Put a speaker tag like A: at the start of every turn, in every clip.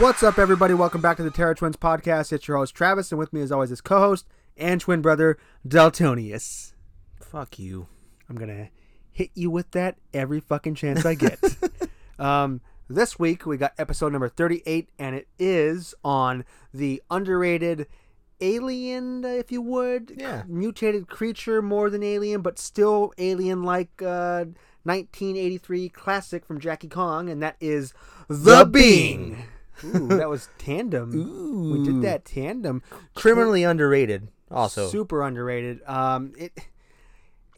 A: What's up, everybody? Welcome back to the Terror Twins podcast. It's your host Travis, and with me, as always, is co-host and twin brother Deltonius.
B: Fuck you.
A: I'm gonna hit you with that every fucking chance I get. um, this week we got episode number 38, and it is on the underrated alien, if you would,
B: Yeah.
A: mutated creature more than alien, but still alien-like. Uh, 1983 classic from Jackie Kong, and that is The,
B: The
A: Being. Ooh, that was tandem.
B: Ooh.
A: We did that tandem.
B: Criminally underrated. Also.
A: super underrated. Um, it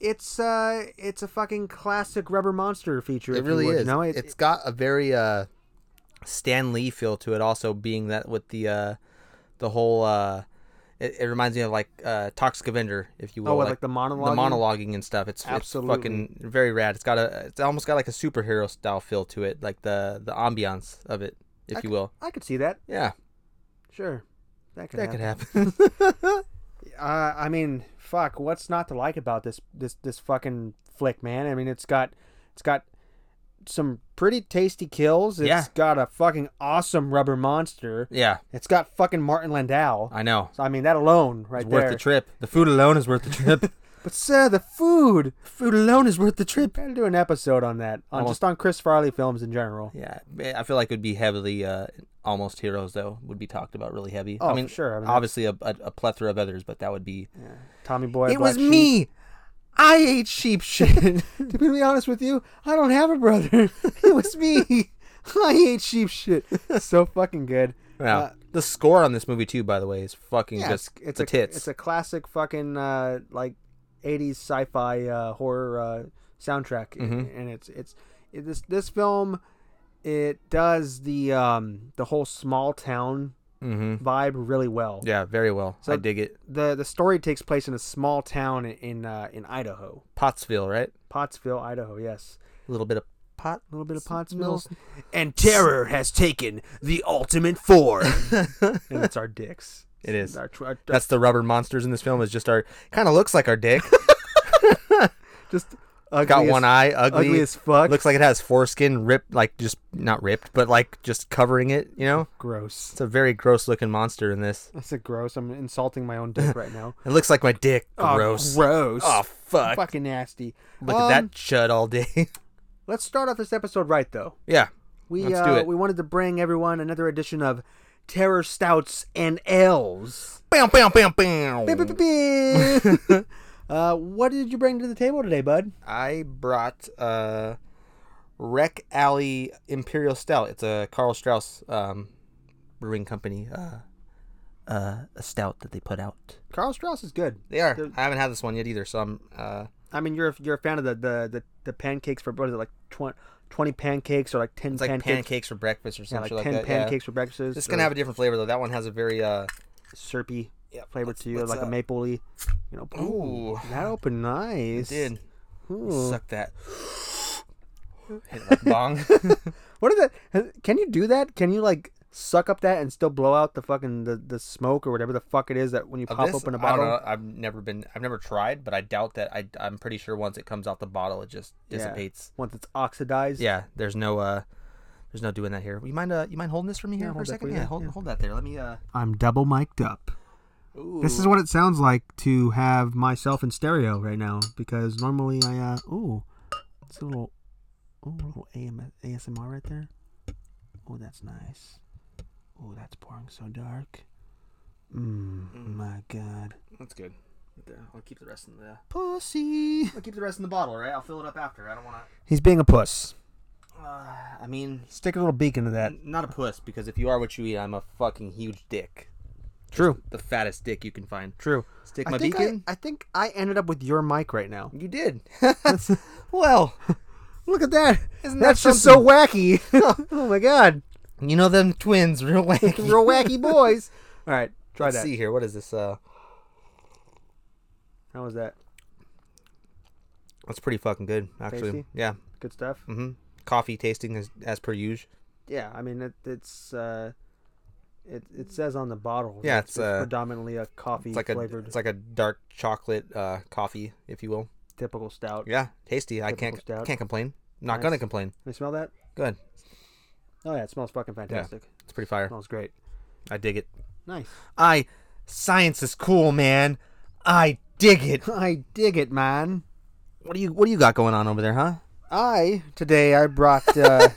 A: it's uh it's a fucking classic rubber monster feature.
B: it
A: if you
B: really
A: would.
B: is.
A: No,
B: it,
A: it,
B: has got a very uh Stan Lee feel to it also being that with the uh the whole uh it, it reminds me of like uh Toxic Avenger, if you will.
A: oh, what, like, the monologue.
B: monologuing and stuff. It's, it's
A: Absolutely.
B: fucking very rad. It's got a it's almost got like a superhero style feel to it, like the the ambiance of it, if you will.
A: I could see that.
B: Yeah.
A: Sure, that could
B: That
A: happen.
B: could happen.
A: Uh, I mean, fuck. What's not to like about this this this fucking flick, man? I mean, it's got it's got some pretty tasty kills. It's
B: Yeah.
A: got a fucking awesome rubber monster.
B: yeah,
A: It's got fucking Martin Landau.
B: I know.
A: So I mean, that alone right
B: It's
A: there.
B: worth the trip. The food alone is worth the trip.
A: But sir, the food.
B: food alone is worth the trip.
A: Gotta do an episode on that, on
B: Almost-
A: just on Chris Farley films in general.
B: Yeah, I feel like it would be heavily uh, almost heroes though would be talked about really heavy.
A: Oh,
B: I mean,
A: for sure. I mean,
B: obviously a, a, a plethora of others, but that would be.
A: Tommy Boy.
B: it
A: Black
B: was
A: Sheep.
B: me. I ate sheep shit.
A: To be honest with you, I don't have a brother. It was me. I ate sheep shit. So fucking good.
B: Wow.
A: Uh,
B: the score on this movie too, by the way, is fucking
A: yeah,
B: just
A: it's, it's
B: the
A: a
B: tits.
A: it's a classic fucking uh, like '80s sci-fi uh, horror uh, soundtrack,
B: Mm-hmm.
A: and it's it's it, this this film it does the um, the whole small town
B: mm-hmm.
A: vibe really well.
B: Yeah, very well.
A: So-
B: I dig it.
A: the The story takes place in a small town in in, uh, in Idaho.
B: Pottsville, right?
A: Pottsville, Idaho. Yes,
B: A little bit of pot.
A: a little bit of Pottsville.
B: Pottsville.
A: And terror has taken the ultimate form. and it's our dicks.
B: It is.
A: Our tw- our-
B: That's the rubber monsters in this film. Is just our kind of looks like our dick.
A: just ugly
B: Got
A: as-
B: one eye, ugly.
A: ugly as fuck.
B: Looks like it has foreskin ripped, like just not ripped, but like just covering it. You know,
A: gross.
B: it's a very gross looking monster in this.
A: That's a gross. I'm insulting my own dick right now.
B: It looks like my dick.
A: Oh,
B: Gross.
A: gross.
B: Oh fuck!
A: fucking nasty.
B: Look
A: Um,
B: at that chud all day.
A: Let's start off this episode right though.
B: yeah,
A: We
B: Let's
A: uh,
B: do it.
A: we wanted to bring everyone another edition of Terror Stouts and L's.
B: bam, bam, bam, bam.
A: uh, what did you bring to the table today, bud?
B: I brought uh, Wreck Alley Imperial Stout. It's a Carl Strauss um, brewing company uh, uh, a stout that they put out.
A: Carl Strauss is good.
B: They are.
A: They're-
B: I haven't had this one yet either, so I'm. Uh,
A: I mean, you're a- you're a fan of the the the, the pancakes for what is it like 20, 20 pancakes or like ten
B: it's like pancakes.
A: pancakes?
B: for breakfast or
A: yeah,
B: something
A: like
B: like,
A: ten
B: that.
A: pancakes for breakfast.
B: Yeah. It's gonna have a different flavor though. That one has a very uh,
A: syrupy
B: yeah,
A: flavor
B: let's-
A: to you,
B: let's,
A: like
B: uh,
A: a mapley. You know,
B: Ooh.
A: that opened nice.
B: Dude,
A: Ooh.
B: suck that. Hit it like a bong.
A: What is that? Can you do that? Can you like suck up that and still blow out the fucking the, the smoke or whatever the fuck it is that when you
B: Of
A: pop
B: this,
A: open a
B: I
A: bottle?
B: don't know. I've never been. I've never tried, but I doubt that. I, I'm pretty sure once it comes out the bottle, it just
A: Yeah.
B: dissipates.
A: Once it's oxidized.
B: Yeah, there's no uh there's no doing that here. You mind uh you mind holding this for me here
A: Yeah,
B: for
A: hold that for
B: a second?
A: you,
B: Yeah,
A: yeah,
B: hold
A: yeah.
B: hold that there. Let me uh
A: I'm double mic'd up.
B: ooh.
A: This is what it sounds like to have myself in stereo right now because normally I uh ooh, it's a little ooh, a little AM, ASMR right there. Oh, that's nice. Oh, that's pouring so dark. Mm, my god.
B: that's good. Right there. I'll keep the rest in the
A: Pussy.
B: I'll keep the rest in the bottle, right? I'll fill it up after. I don't wanna
A: He's being a puss.
B: uh, I mean
A: Stick a little beak into that.
B: n- not a puss because if you are what you eat, I'm a fucking huge dick.
A: True.
B: The fattest dick you can find.
A: True.
B: Stick
A: I
B: my
A: think
B: beak in?
A: I, I think I ended up with your mic right now.
B: You did. well,
A: Look at that.
B: Isn't that
A: That's just so wacky. oh my god.
B: you know them twins, real wacky.
A: Real wacky boys. All right, try
B: Let's
A: that.
B: see here. What is this? Uh,
A: How was that?
B: that's pretty fucking good, actually.
A: Tasty?
B: Yeah.
A: Good stuff.
B: Mm-hmm. Coffee tasting as, as per usual.
A: Yeah, I mean it, it's uh it, it says on the bottle.
B: Yeah,
A: that
B: it's, uh,
A: predominantly a coffee
B: It's like
A: flavored
B: a it's like a dark chocolate uh, coffee, if you will.
A: typical stout.
B: Yeah, tasty. I
A: Typical
B: can't
A: stout.
B: can't complain. Not
A: Nice.
B: gonna complain.
A: Can you smell that?
B: Good.
A: Oh yeah, it smells fucking fantastic.
B: It's pretty fire.
A: Smells great.
B: I dig it.
A: Nice.
B: I science is cool, man. I dig it.
A: I dig it, man.
B: What do you What do you got going on over there, huh?
A: I today I brought uh,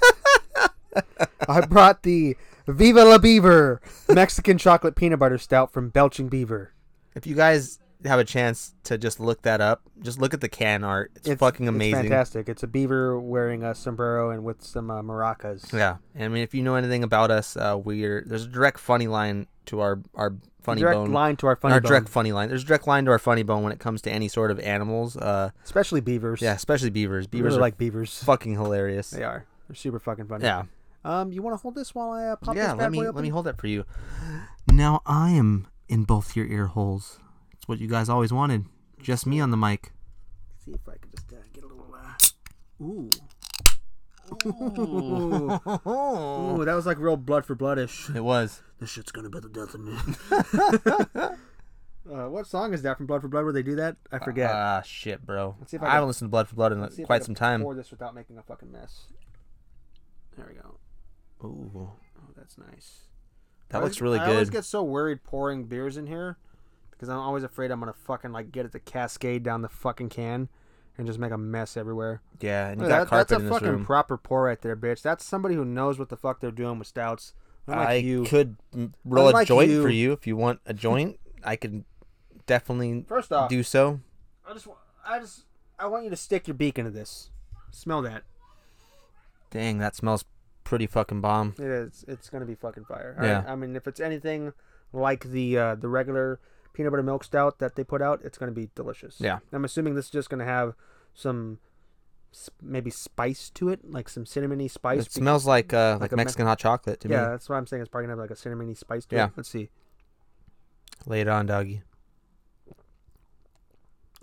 A: I brought the Viva la Beaver Mexican chocolate peanut butter stout from Belching Beaver.
B: If you guys have a chance to just look that up, just look at the can art. It's, fucking amazing.
A: It's fantastic. It's a beaver wearing a sombrero and with some uh, maracas.
B: Yeah, and I mean, if you know anything about us, uh, we're there's a direct funny line to our our funny
A: direct
B: bone.
A: line to our funny
B: our
A: bone,
B: direct funny line. There's a direct line to our funny bone when it comes to any sort of animals. Uh,
A: especially beavers.
B: yeah, especially beavers.
A: beavers
B: Beavers
A: are
B: are like
A: like beavers.
B: fucking hilarious.
A: They are. They're super fucking funny.
B: Yeah,
A: Um, you want to hold this while I uh, pop
B: yeah.
A: this bad
B: Let me
A: boy
B: let
A: open?
B: me hold that for you. Now I am in both your ear holes. It's what you guys always wanted. Just me on the mic.
A: See if I can just uh, get a little. Uh... Ooh. Ooh. Ooh, that was like real blood for bloodish.
B: It was.
A: This shit's gonna be the death of me. uh, what song is that from Blood for Blood where they do that? I forget.
B: Ah, shit, bro.
A: see if I
B: I,
A: can-
B: haven't listened to Blood for Blood in
A: Let's see if I
B: quite
A: can
B: some time.
A: Pour this without making a fucking mess. There we go.
B: Ooh,
A: Oh, that's nice.
B: that
A: I
B: looks
A: always-
B: really
A: I always
B: good.
A: get so worried pouring beers in here because I'm always afraid I'm gonna fucking like get it to cascade down the fucking can and just make a mess everywhere.
B: yeah, and you
A: Look,
B: got
A: that-
B: carpet
A: that's a
B: in this
A: fucking
B: room.
A: proper pour right there, bitch. That's somebody who knows what the fuck they're doing with stouts. Unlike
B: I
A: you.
B: could m- roll a
A: Unlike
B: joint
A: you.
B: for you if you want a joint. I could definitely
A: First off,
B: do so.
A: I just, wa- I just, I want you to stick your beak into this. Smell that.
B: Dang, that smells pretty fucking bomb.
A: It is. It's gonna be fucking fire.
B: Yeah.
A: Alright, I mean, if it's anything like the uh, the regular peanut butter milk stout that they put out, it's gonna be delicious.
B: Yeah.
A: I'm assuming this is just gonna have some s- maybe spice to it, like some cinnamony spice.
B: It smells like uh, like,
A: a Mex-
B: Mexican hot chocolate to
A: yeah,
B: me.
A: that's what I'm saying. It's probably gonna have like a cinnamony spice to
B: Yeah.
A: it. Let's see.
B: Lay it on, doggy.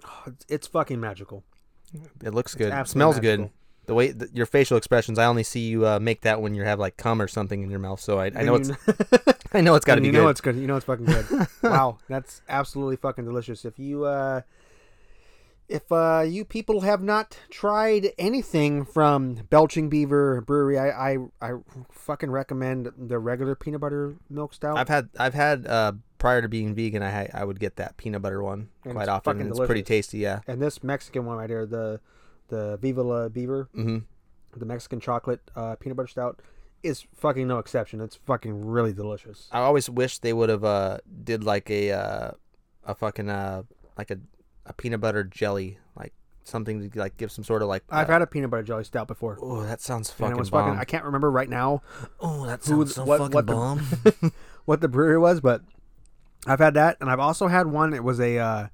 A: Oh, it's, it's fucking magical.
B: It looks good.
A: absolutely
B: smells good.
A: magical.
B: The way th- your facial expressions, I only see you uh, make that when you have like cum or something in your mouth. So I, I know it's I know it's got to be
A: you
B: good.
A: know it's good. You know it's fucking good. wow, that's absolutely fucking delicious. If you uh if uh you people have not tried anything from Belching Beaver Brewery, I I, I fucking recommend the regular peanut butter milk stout.
B: I've had I've had uh, prior to being vegan, I had, I would get that peanut butter one
A: And
B: quite
A: it's
B: often.
A: fucking
B: and it's pretty
A: delicious.
B: tasty. Yeah.
A: and this Mexican one right here, the the Viva la Beaver,
B: hmm
A: the Mexican chocolate uh, peanut butter stout is fucking no exception. It's fucking really delicious.
B: I always wish they would have uh did like a uh a fucking uh like a, a peanut butter jelly like something to like give some sort of like
A: I've had a peanut butter jelly stout before.
B: oh that sounds
A: And it
B: fucking
A: was
B: bomb.
A: fucking I can't remember right now
B: oh that
A: who th-
B: sounds so
A: what-
B: fucking
A: what the-
B: bomb.
A: what the brewery was, but I've had that, and I've also had one. It was a, uh,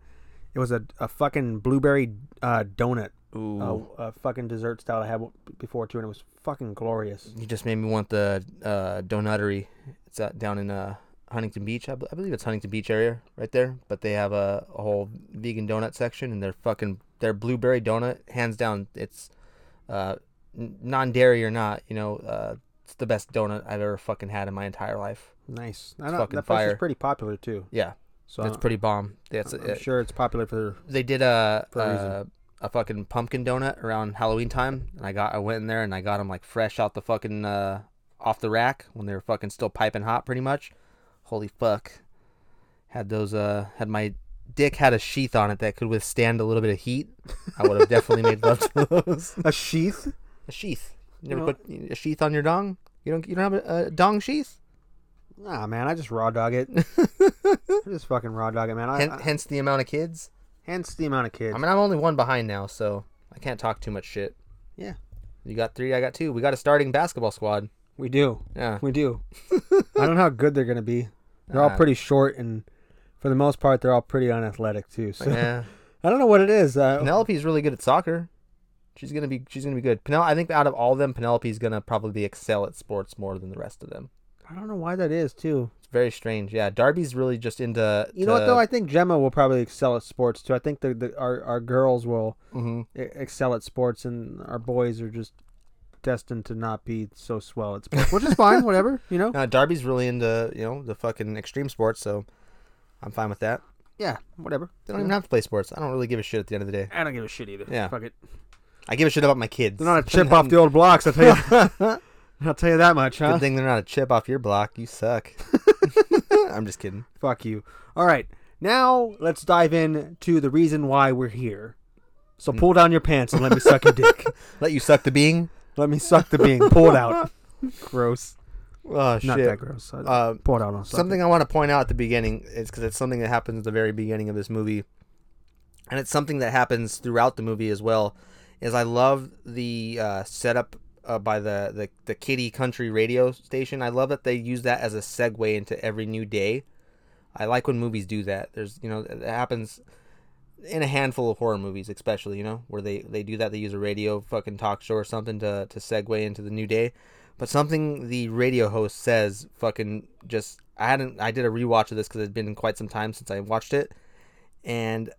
A: it was a, a fucking blueberry uh, donut,
B: Ooh,
A: uh, a fucking dessert style I had w- before too, and it was fucking glorious.
B: you just made me want the uh donuttery. It's uh, down in uh Huntington Beach. I, b- I believe it's Huntington Beach area right there, but they have a, a whole vegan donut section and their fucking their blueberry donut hands down it's uh non dairy or not, you know, uh it's the best donut I've ever fucking had in my entire life.
A: Nice. I
B: It's
A: know,
B: fucking
A: that place
B: fire.
A: is pretty popular too.
B: Yeah,
A: So
B: it's
A: I-
B: pretty bomb. That's
A: Uh,
B: uh,
A: I'm
B: it.
A: sure it's popular for.
B: They did a
A: For a reason.
B: a, a fucking pumpkin donut around Halloween time, and I got I went in there and I got them like fresh out the fucking uh, off the rack when they were fucking still piping hot, pretty much. Holy fuck! Had those uh had my dick had a sheath on it that could withstand a little bit of heat. I would have definitely made love to those.
A: A sheath?
B: A sheath. You never
A: know-
B: put a sheath on your dong. You don't. You don't have a, a dong sheath.
A: Nah, man, I just raw dog it. I just fucking raw dog it, man. I,
B: Hen-
A: I-
B: hence the amount of kids.
A: hence the amount of kids.
B: I mean, I'm only one behind now, so I can't talk too much shit.
A: Yeah.
B: You got three, I got two. We got a starting basketball squad.
A: we do,
B: Yeah.
A: we do. I don't know how good they're gonna be. They're all
B: Uh,
A: pretty short, and for the most part, they're all pretty unathletic too. So.
B: Yeah.
A: I don't know what it is. Uh,
B: Penelope's really good at soccer. She's gonna be she's gonna be good. Penel- I think out of all of them, Penelope's gonna probably excel at sports more than the rest of them.
A: I don't know why that is too.
B: It's very strange. Yeah, Darby's really just into
A: You know what
B: to-
A: though? I think Gemma will probably excel at sports too. I think the, the our our girls will
B: Mhm.
A: e- excel at sports, and our boys are just destined to not be so swell at sports, which is fine. whatever you know.
B: Uh, Darby's really into you know the fucking extreme sports, so I'm fine with that.
A: Yeah, whatever.
B: They don't even have to play sports. I don't really give a shit at the end of the day.
A: I don't give a shit either.
B: Yeah.
A: fuck it.
B: I give a shit about my kids.
A: They're not a chip off the old blocks. I tell you. I'll tell you that much, huh?
B: Good thing they're not a chip off your block. You suck. I'm just kidding.
A: Fuck you. All right. Now let's dive in to the reason why we're here. So
B: Hmm.
A: pull down your pants and let me suck your dick.
B: Let you suck the being.
A: Let me suck the being. Pull it out. Gross.
B: Oh shit.
A: Not that gross. I-
B: Uh,
A: pull it out on something.
B: something I want to point out at the beginning is because it's something that happens at the very beginning of this movie, and it's something that happens throughout the movie as well. Is I love the uh, setup uh, by the, the the Kitty Country radio station. I love that they use that as a segue into every new day. I like when movies do that. There's you know it happens in a handful of horror movies, especially you know where they they do that. They use a radio fucking talk show or something to to segue into the new day. But something the radio host says fucking just I hadn't I did a rewatch of this because it's been quite some time since I watched it, and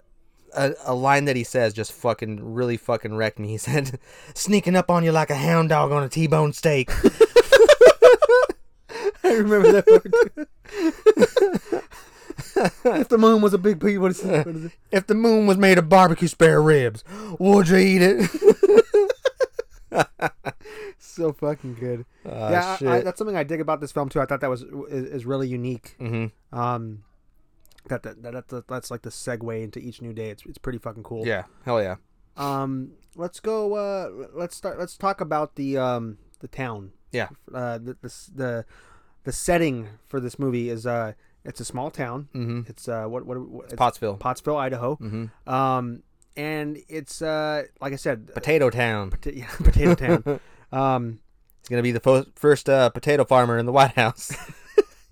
B: a, a line that he says just fucking really fucking wrecked me. He said, "Sneaking up on you like a hound dog on a T-bone steak."
A: I remember that part. if the moon was a big pea, what is, what is it?
B: If the moon was made of barbecue spare ribs, would you eat it?
A: So fucking good. Uh,
B: Ah,
A: yeah, I- I,
B: shit.
A: that's something I dig about this film too. I thought that was is, is really unique.
B: mm-hmm.
A: Um, that that, that that that's like the segue into each new day. It's it's pretty fucking cool.
B: Yeah, hell yeah.
A: Um, let's go. Uh, let's start. Let's talk about the um the town.
B: Yeah.
A: Uh, the the s- the, the setting for this movie is uh it's a small town.
B: Mm-hmm.
A: It's uh what what, what it's
B: Pottsville.
A: Pottsville, Idaho.
B: hmm
A: Um, and it's uh like I said,
B: Potato Town.
A: pota- yeah, potato town. um,
B: He's gonna be the fo- first uh, potato farmer in the White House.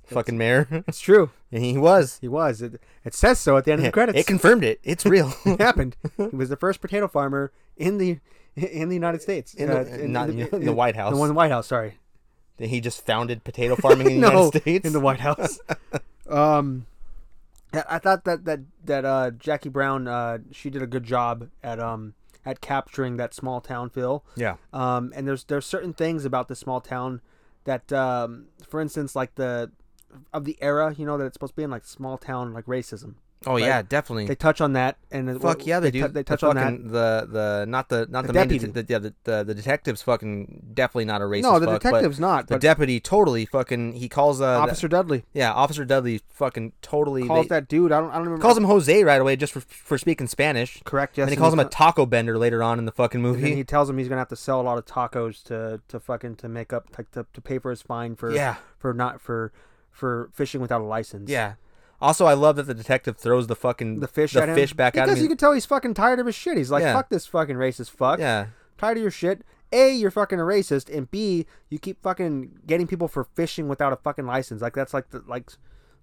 B: fucking mayor.
A: it's true.
B: and he was.
A: He was. It, it says so at the end of the credits.
B: It confirmed it. It's real.
A: It happened. he was the first potato farmer in the in the United States. Uh,
B: In the- not in the- in the White House.
A: The one in the White House. Sorry.
B: he just founded potato farming in the
A: no,
B: United States.
A: in the White House. um, I I thought that that that uh, Jackie Brown uh, she did a good job at um at capturing that small town feel.
B: yeah.
A: Um, and there's there's certain things about this small town that, um, for instance, like the of the era, you know, that it's supposed to be in, like small town, like racism.
B: Oh yeah, definitely.
A: They touch on that, and it-
B: Fuck yeah, they, do.
A: tou- they
B: The
A: touch on that.
B: fucking, that. The the not the not the, main
A: deputy.
B: det- the, yeah, the, the the detective's fucking definitely not a racist.
A: No, the
B: fuck, but
A: detective's not.
B: The
A: But
B: deputy totally fucking. He calls uh the-
A: Officer Dudley
B: yeah Officer Dudley fucking totally
A: calls
B: they-
A: that dude. I don't. I don't remember.
B: calls him Jose right away just for, for speaking Spanish.
A: correct. Yes,
B: and he calls him a
A: co-
B: taco bender later on in the fucking
A: and then
B: movie.
A: he tells him he's gonna have to sell a lot of tacos to to fucking to make up like to, to pay for his fine for
B: yeah,
A: for not for for fishing without a license.
B: yeah. Also, I love that the detective throws the fucking
A: The fish
B: the
A: at him
B: fish back
A: because
B: at him.
A: you can tell he's fucking tired of his shit. He's like,
B: Yeah.
A: fuck this fucking racist fuck.
B: yeah,
A: Tired of your shit. A, you're fucking a racist, and B, you keep fucking getting people for fishing without a fucking license. Like that's like the like,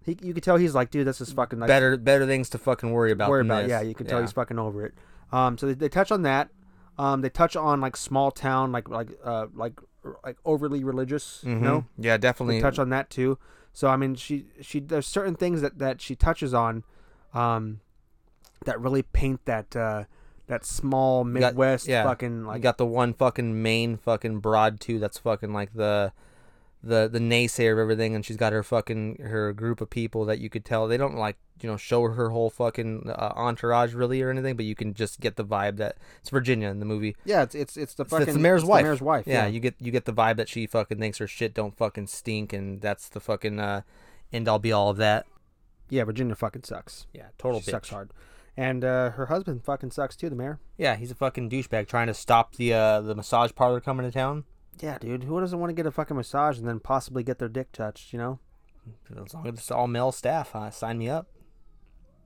A: he, you can tell he's like, dude, this is fucking like,
B: better better things to fucking worry about.
A: worry
B: than
A: about.
B: this.
A: Yeah, you can tell he's fucking over it. Um, so they, they touch on that. Um, they touch on like small town, like like uh, like like overly religious. You
B: Mhm.
A: know,
B: Yeah, definitely.
A: they touch on that too. So I mean, she she there's certain things that that she touches on, um, that really paint that uh that small
B: got-
A: Midwest
B: yeah.
A: fucking
B: I
A: like
B: got the one fucking main fucking broad too. That's fucking like the, the the naysayer of everything, and she's got her fucking her group of people that you could tell they don't like you know show her whole fucking uh, entourage really or anything, but you can just get the vibe that it's Virginia in the movie.
A: yeah. It's it's it's the
B: It's-
A: fucking
B: it's the mayor's wife.
A: mayor's wife.
B: Yeah, you get you get the vibe that she fucking thinks her shit don't fucking stink, and that's the fucking uh, end all be all of that.
A: yeah. Virginia fucking sucks.
B: Yeah, total
A: She
B: bitch.
A: sucks hard, and uh, her husband fucking sucks too. The mayor.
B: Yeah, he's a fucking douchebag trying to stop the uh, the massage parlor coming to town.
A: Yeah, dude. Who doesn't want to get a fucking massage and then possibly get their dick touched? You know.
B: As long as it's all male staff, huh? sign me up.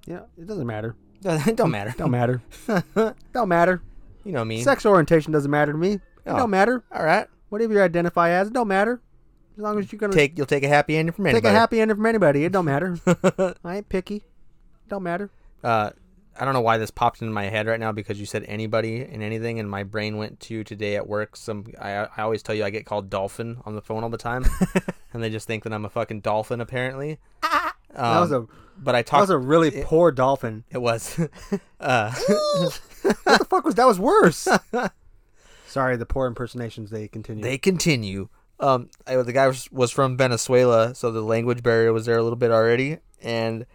A: Yeah, it doesn't matter.
B: it don't matter.
A: Don't matter. don't matter.
B: You know me.
A: Sex orientation doesn't matter to me. It
B: No.
A: don't matter.
B: All right.
A: Whatever you identify as, it don't matter. As long as you're gonna take,
B: Take you'll take a happy ending from anybody.
A: a happy ending from anybody, it don't matter. I ain't picky. It don't matter.
B: uh, I don't know why this popped into my head right now because you said anybody and anything, and my brain went to today at work. Some I I always tell you I get called dolphin on the phone all the time, and they just think that I'm a fucking dolphin apparently.
A: that was a
B: But I
A: that
B: talked.
A: was a really poor dolphin.
B: it was. uh,
A: what the fuck was that? Was worse. Sorry, the poor impersonations. They continue.
B: they continue. Um, I, the guy was, was from Venezuela, so the language barrier was there a little bit already. And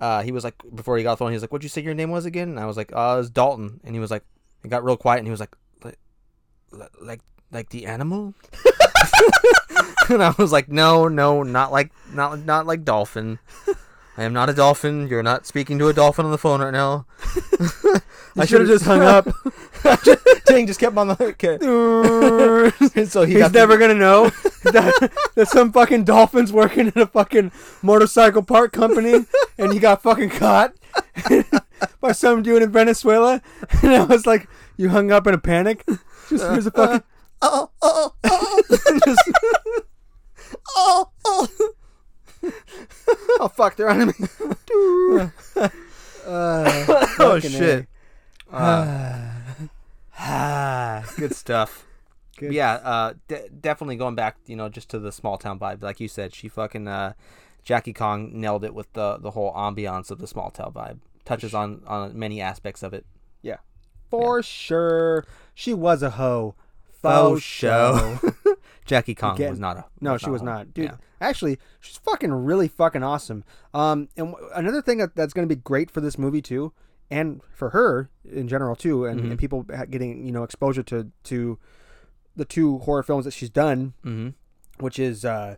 B: uh, he was like, before he got off the phone, he was like, "What'd you say your name was again?" And I was like, "Uh, it was Dalton." And he was like, it got real quiet, and he was like, "Like, like like the animal? and I was like, no, no, not like not not like dolphin. I am not a dolphin. You're not speaking to a dolphin on the phone right now. I
A: should've-
B: should have just hung up. Dang, just kept on the okay. And so he
A: He's
B: got the-
A: never gonna know that, that some fucking dolphin's working at a fucking motorcycle part company, and he got fucking caught by some dude in Venezuela. And I was like, you hung up in a panic. Just here's a fucking
B: oh, oh, oh,
A: just,
B: oh, oh. oh fuck, they're on me.
A: uh,
B: oh
A: fucking
B: shit.
A: A.
B: Uh, ah, good stuff.
A: Good.
B: Yeah, uh, de- definitely going back, you know, just to the small town vibe. Like you said, she fucking uh, Jackie Kong nailed it with the the whole ambiance of the small town vibe. Touches on on many aspects of it.
A: for sure, she was a hoe.
B: Faux show. Jackie Kong
A: Again-
B: was not a
A: No, she was not, dude.
B: yeah.
A: Actually, she's fucking really fucking awesome. Um, and w- another thing that, that's going to be great for this movie too, and for her in general too,
B: Mm-hmm.
A: and, and people ha- getting you know exposure to to the two horror films that she's done,
B: Mhm.
A: which is uh,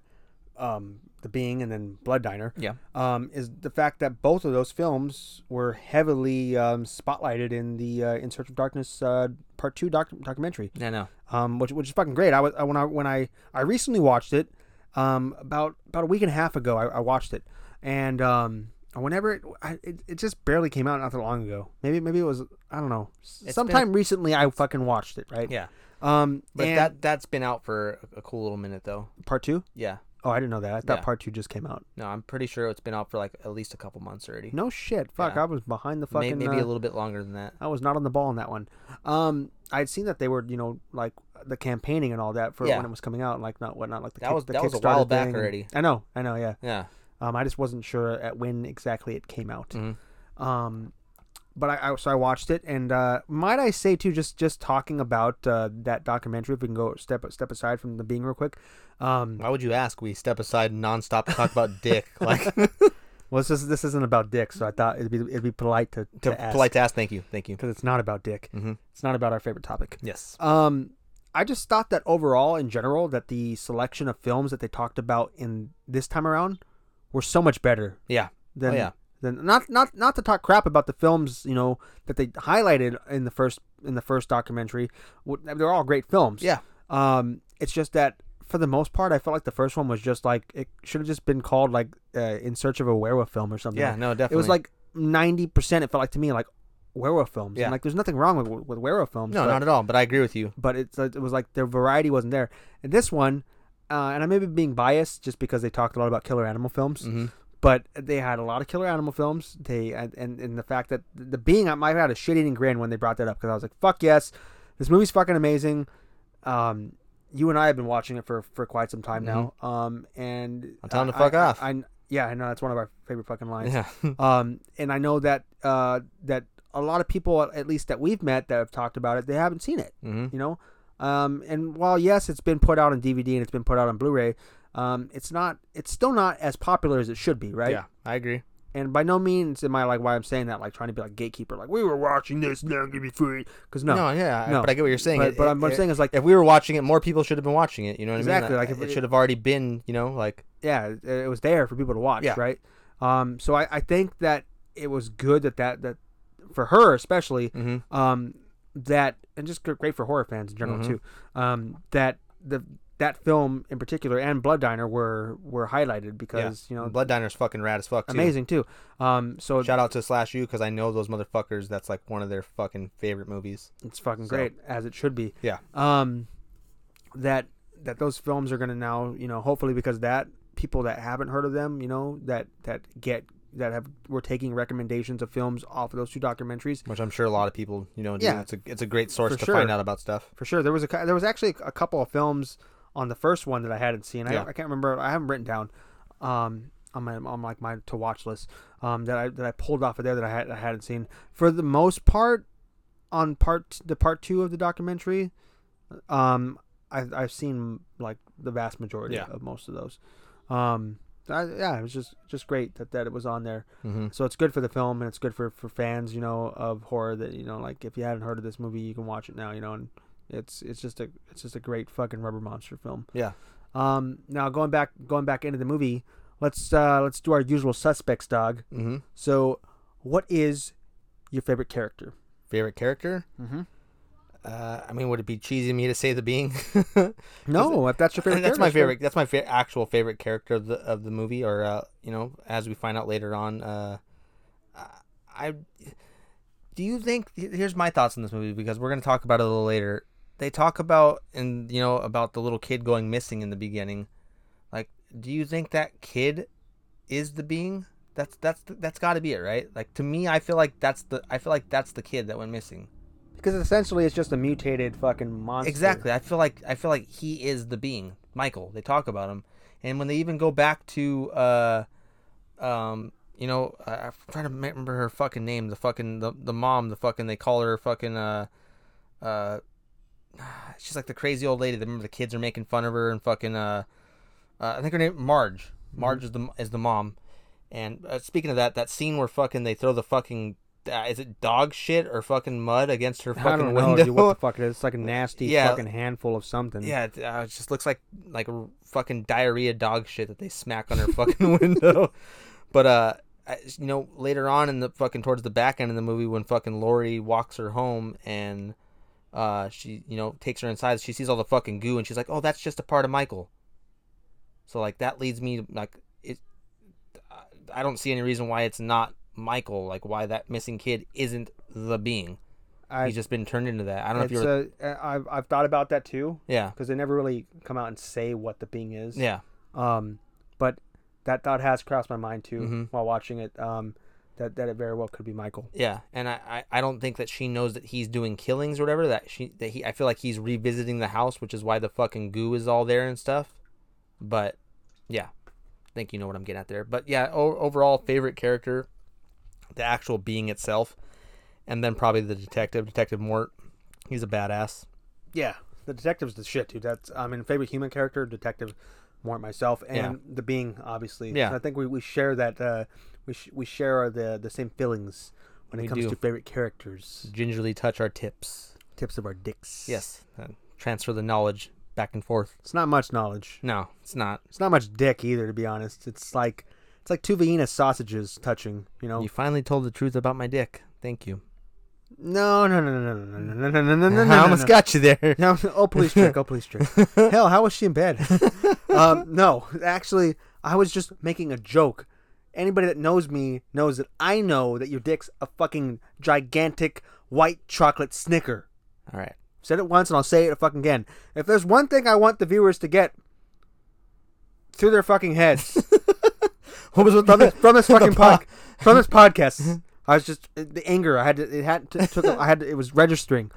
A: um, The Being and then Blood Diner.
B: Yeah.
A: Um, is the fact that both of those films were heavily um, spotlighted in the uh, In Search of Darkness uh, Part Two doc- documentary
B: I know.
A: um, which which is fucking great. I was I, when I when I I recently watched it um, about about a week and a half ago. I, I watched it, and um, whenever it, I, it it just barely came out not that long ago. Maybe maybe it was I don't know.
B: been-
A: Sometime recently, I fucking watched it. Right.
B: Yeah.
A: Um,
B: But
A: and-
B: that that's been out for a- a cool little minute though.
A: part two.
B: Yeah.
A: Oh, I didn't know that. I thought
B: Yeah.
A: part two just came out.
B: No, I'm pretty sure it's been out for like at least a couple months already.
A: No shit. Fuck.
B: Yeah.
A: I was behind the
B: May-
A: fucking.
B: maybe
A: uh,
B: a little bit longer than that.
A: I was not on the ball on that one. Um, I'd seen that they were, you know, like the campaigning and all that for
B: Yeah.
A: when it was coming out, like not whatnot, like the
B: That
A: kick-
B: was-
A: the
B: that was a
A: Kickstarter
B: while back
A: thing.
B: already.
A: I know, I know, yeah.
B: Yeah.
A: Um, I just wasn't sure at when exactly it came out.
B: Mhm.
A: Um, but I, I so I watched it, and uh, might I say too, just just talking about uh, that documentary, if we can go step step aside from the being real quick. Um,
B: Why would you ask? We step aside and nonstop talk about dick. Like
A: well, this is, this isn't about dick, so I thought it'd be it'd be polite to
B: to,
A: to ask,
B: polite to ask. Thank you. Thank you.
A: because it's not about dick.
B: Mhm.
A: It's not about our favorite topic.
B: Yes.
A: Um, I just thought that overall, in general, that the selection of films that they talked about in this time around were so much better
B: Yeah. Oh,
A: than
B: yeah.
A: than not not not to talk crap about the films you know that they highlighted in the first in the first documentary. W- They're all great films.
B: Yeah.
A: Um, it's just that for the most part, I felt like the first one was just like it should have just been called like uh, In Search of a Werewolf Film or something.
B: Yeah. No.
A: It
B: Definitely.
A: was like ninety percent. It felt like to me like werewolf films.
B: Yeah.
A: And, like there's nothing wrong with with werewolf films.
B: no,
A: but-
B: not at all. But I agree with you.
A: but it's it was like their variety wasn't there. And this one, uh, and I may be being biased just because they talked a lot about killer animal films,
B: Mhm.
A: but they had a lot of killer animal films. They and and, and the fact that the being I might have had a shit eating grin when they brought that up because I was like, fuck yes, this movie's fucking amazing. Um, you and I have been watching it for for quite some time
B: Mm-hmm.
A: now. Um, and
B: Well, time to
A: I-
B: fuck
A: I-
B: off.
A: I, yeah, I know that's one of our favorite fucking lines.
B: Yeah.
A: Um, and I know that uh, that a lot of people, at least that we've met, that have talked about it, they haven't seen it.
B: Mhm.
A: You know, um, and while yes, it's been put out on DVD and it's been put out on Blu-ray, um, it's not. It's still not as popular as it should be, right?
B: Yeah. I agree.
A: And by no means am I like why I'm saying that, like trying to be like gatekeeper, like we were watching this, now give me free, because no,
B: No. Yeah.
A: No.
B: But I get what you're saying.
A: but,
B: It-
A: but
B: it-
A: I'm, what I'm
B: it-
A: saying is like
B: if we were watching it, more people should have been watching it. You know what
A: Exactly,
B: I mean?
A: like, if
B: it
A: it-
B: should have already been. You know, like
A: yeah, it, it was there for people to watch,
B: Yeah.
A: right? Um, so I, I think that it was good that that that for her especially,
B: Mhm.
A: um, that and just gr- great for horror fans in general
B: Mhm.
A: too. Um, that the that film in particular and Blood Diner were were highlighted because you know
B: Blood Diner's fucking rad as fuck. Mm-hmm. Too.
A: amazing too. Um, so
B: Shout out to Slash U because I know those motherfuckers. That's like one of their fucking favorite movies.
A: it's fucking
B: so-
A: great as it should be.
B: Yeah.
A: Um, that that those films are gonna now you know hopefully because of that people that haven't heard of them you know that that get that have were taking recommendations of films off of those two documentaries
B: Which I'm sure a lot of people, you know, do.
A: Yeah.
B: it's a it's a great source
A: For
B: to
A: sure.
B: find out about stuff.
A: for sure. There was a cou- there was actually a couple of films on the first one that I hadn't seen. I,
B: Yeah.
A: I can't remember. I haven't written down um, on my on like my to watch list um, that I that I pulled off of there that I had I hadn't seen. For the most part, on part the part two of the documentary, um, I've I've seen like the vast majority
B: Yeah.
A: of most of those. Um, I, yeah, it was just just great that that it was on there.
B: Mm-hmm.
A: So it's good for the film and it's good for, for fans, you know, of horror that, you know, like if you hadn't heard of this movie, you can watch it now, you know, and It's it's just a it's just a great fucking rubber monster film.
B: Yeah.
A: Um. Now going back going back into the movie, let's uh let's do our usual suspects, dog.
B: Mm-hmm.
A: So, what is your favorite character?
B: Favorite character?
A: Mm-hmm.
B: Uh, I mean, would it be cheesy of me to say the being?
A: No, if that's your favorite,
B: that's my
A: character,
B: favorite. That's my fa- actual favorite character of the of the movie. Or uh, you know, as we find out later on, uh, I do you think? Here's my thoughts on this movie because we're gonna talk about it a little later. They talk about and you know about the little kid going missing in the beginning. Like, do you think that kid is the being? That's that's that's got to be it, right? Like to me, I feel like that's the I feel like that's the kid that went missing.
A: Because essentially, it's just a mutated fucking monster.
B: Exactly. I feel like I feel like he is the being, Michael. They talk about him, and when they even go back to, uh, um, you know, I, I'm trying to remember her fucking name. The fucking the, the mom. The fucking they call her fucking uh, uh, she's like the crazy old lady. that Remember the kids are making fun of her and fucking uh, uh I think her name Marge.
A: Mm-hmm.
B: Marge is the is the mom. And uh, speaking of that, that scene where fucking they throw the fucking. Uh, is it dog shit or fucking mud against her fucking
A: I don't know
B: window?
A: dude, what the fuck it is. It's like a nasty
B: Yeah.
A: fucking handful of something.
B: Yeah, it, uh, it just looks like like r- fucking diarrhea dog shit that they smack on her fucking window. But uh, I, you know, later on in the fucking towards the back end of the movie, when fucking Lori walks her home and uh, she you know takes her inside, she sees all the fucking goo and she's like, oh, that's just a part of Michael. So like that leads me to, like it. I- I don't see any reason why it's not Michael. Like why that missing kid isn't the being.
A: I,
B: He's just been turned into that. I don't know if
A: it's uh,
B: you're.
A: a, I've, I've thought about that too
B: yeah.
A: because they never really come out and say what the being is.
B: Yeah.
A: Um, but that thought has crossed my mind too
B: Mhm.
A: while watching it. Um, that that it very well could be Michael.
B: Yeah, and I, I, I don't think that she knows that he's doing killings or whatever. That she that he I feel like he's revisiting the house, which is why the fucking goo is all there and stuff. But yeah, I think you know what I'm getting at there. But yeah, o- overall favorite character, the actual being itself, and then probably the detective, Detective Mort. He's a badass.
A: Yeah, the detective's the shit, dude. That's I mean favorite human character, detective, Mort, myself, and the being obviously.
B: Yeah.
A: So I think we, we share that. Uh, we sh- we share the the same feelings when it
B: We
A: comes
B: do.
A: to favorite characters.
B: Gingerly touch our tips.
A: Tips of our dicks.
B: Yes, and transfer the knowledge back and forth.
A: It's not much knowledge.
B: No, it's not.
A: It's not much dick either, to be honest. It's like it's like two Vienna sausages touching. You know.
B: You finally told the truth about my dick. Thank you.
A: No, no, no, no, no, no, no, no, no, no, no,
B: I
A: no,
B: almost
A: no.
B: got you there.
A: No, oh police trick, oh police trick. Hell, how was she in bed? um, no, actually, I was just making a joke. Anybody that knows me knows that I know that your dick's a fucking gigantic white chocolate snicker.
B: All right.
A: Said it once and I'll say it fucking again. If there's one thing I want the viewers to get through their fucking heads
B: What was with
A: from this, from this fucking
B: The po-
A: pod, from this podcast, I was just uh, the anger I had to, it had to, took I had to, it was registering.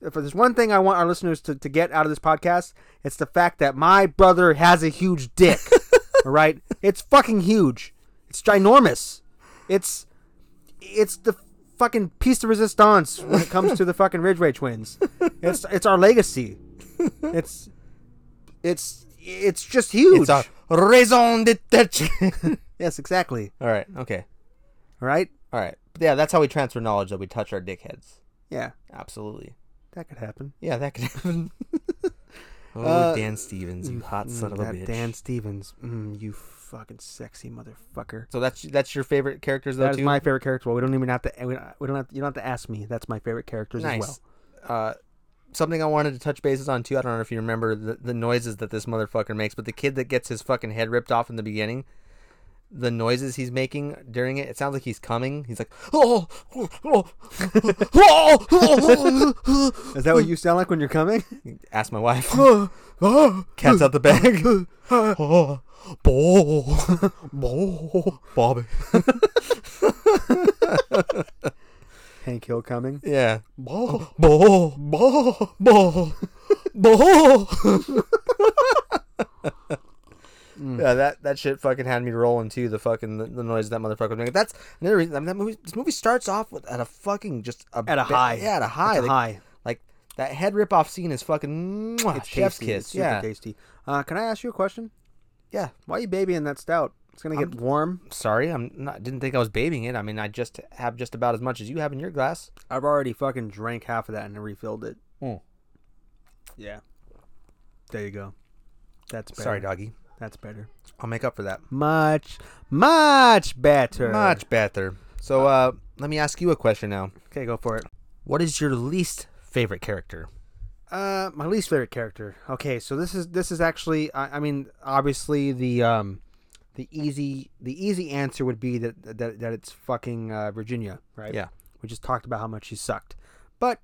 A: If there's one thing I want our listeners to, to get out of this podcast, it's the fact that my brother has a huge dick. all right, it's fucking huge. It's ginormous. It's it's the fucking piece de resistance when it comes to the fucking Ridgeway twins. It's it's our legacy. It's it's it's just huge.
B: It's our raison d'être.
A: yes, exactly.
B: all right. Okay.
A: All right.
B: All right. But yeah, that's how we transfer knowledge that we touch our dickheads.
A: Yeah,
B: Absolutely.
A: that could happen.
B: Yeah, that could happen. oh,
A: Uh, mm,
B: Dan Stevens, you hot son of a
A: that
B: bitch.
A: Dan Stevens. Mm, you fucking sexy motherfucker.
B: So that's that's your favorite characters though
A: That is
B: too.
A: my favorite character. Well, we don't even have to. eh, We don't, we don't have. You don't have to ask me. That's my favorite characters
B: nice.
A: as well.
B: Uh, something I wanted to touch bases on too. I don't know if you remember the, the noises that this motherfucker makes, but the kid that gets his fucking head ripped off in the beginning, the noises he's making during it, it sounds like he's coming. He's like, oh, oh, oh, oh, oh, oh,
A: Is that what you sound like when you're coming?
B: Ask my wife.
A: oh,
B: Cat's out the bag. oh, bo, bo, Bobby.
A: Hank Hill coming.
B: Yeah. Oh, Bo, bo, bo, bo, bo.
A: Hmm.
B: Yeah, that, that shit fucking had me rolling too. The fucking the, the noise that motherfucker was making. That's another reason. I mean, that movie. This movie starts off with at a fucking just a
A: At a
B: ba-
A: high.
B: Yeah, at a high.
A: It's
B: like,
A: high.
B: Like that head rip off scene is fucking. Mwah,
A: It's
B: chef's
A: tasty.
B: kiss.
A: It's super
B: yeah.
A: tasty. Uh, can I ask you a question?
B: Yeah.
A: Why are you babying that stout? It's gonna get warm.
B: Sorry, I'm not. Didn't think I was babying it. I mean, I just have just about as much as you have in your glass.
A: Hmm. I've already fucking drank half of that and refilled it. Yeah. There you go. That's better.
B: Sorry, doggy.
A: That's better.
B: I'll make up for that.
A: Much, much better.
B: Much better. So uh, let me ask you a question now.
A: Okay, go for it.
B: What is your least favorite character?
A: Uh, my least favorite character. Okay, so this is this is actually. I, I mean, obviously the um, the easy the easy answer would be that that, that it's fucking uh, Virginia, right?
B: Yeah.
A: We just talked about how much she sucked, but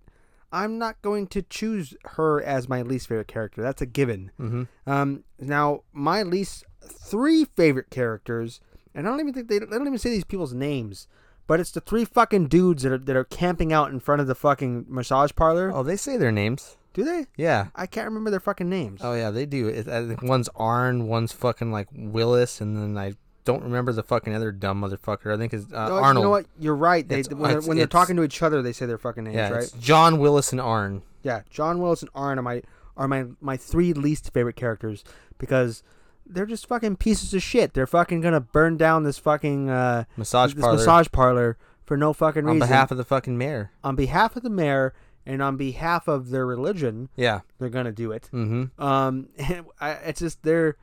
A: I'm not going to choose her as my least favorite character. That's a given.
B: Mhm.
A: Um, now my least three favorite characters, and I don't even think they, they don't even say these people's names. But it's the three fucking dudes that are, that are camping out in front of the fucking massage parlor.
B: Oh, they say their names.
A: Do they?
B: Yeah.
A: I can't remember their fucking names.
B: Oh yeah, they do. It, I think one's Arn, one's fucking like Willis, and then I don't remember the fucking other dumb motherfucker. I think it's uh,
A: No,
B: Arnold.
A: You know what? You're right. They
B: It's-
A: when, they're,
B: it's-
A: when they're
B: it's-
A: talking to each other, they say their fucking names,
B: Yeah,
A: right?
B: it's John Willis and Arn.
A: Yeah. John Willis and Arn are my are my my three least favorite characters because they're just fucking pieces of shit. They're fucking gonna burn down this fucking uh,
B: Massage
A: this
B: parlor
A: massage parlor for no fucking
B: on
A: reason.
B: behalf of the fucking mayor.
A: on behalf of the mayor and on behalf of their religion,
B: Yeah.
A: they're gonna do it.
B: Mm-hmm.
A: Um, and I, it's just they're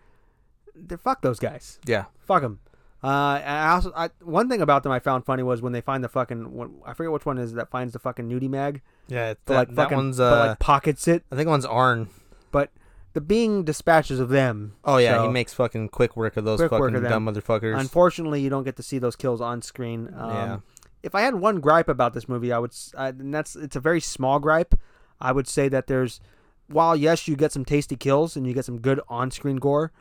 A: they're fuck those guys.
B: Yeah.
A: Fuck them. Uh, and I also I, one thing about them I found funny was when they find the fucking what, I forget which one is that finds the fucking nudie mag,
B: Yeah. That,
A: but like
B: that
A: fucking
B: one's
A: but
B: uh,
A: like pockets it.
B: I think one's Arn.
A: But the being dispatches of them.
B: Oh yeah,
A: so
B: he makes fucking quick work of those
A: Quick work
B: fucking
A: of them.
B: dumb motherfuckers.
A: Unfortunately, you don't get to see those kills on screen. Um,
B: Yeah.
A: If I had one gripe about this movie, I would, s- I, and that's it's a very small gripe. I would say that there's, while yes, you get some tasty kills and you get some good on-screen gore,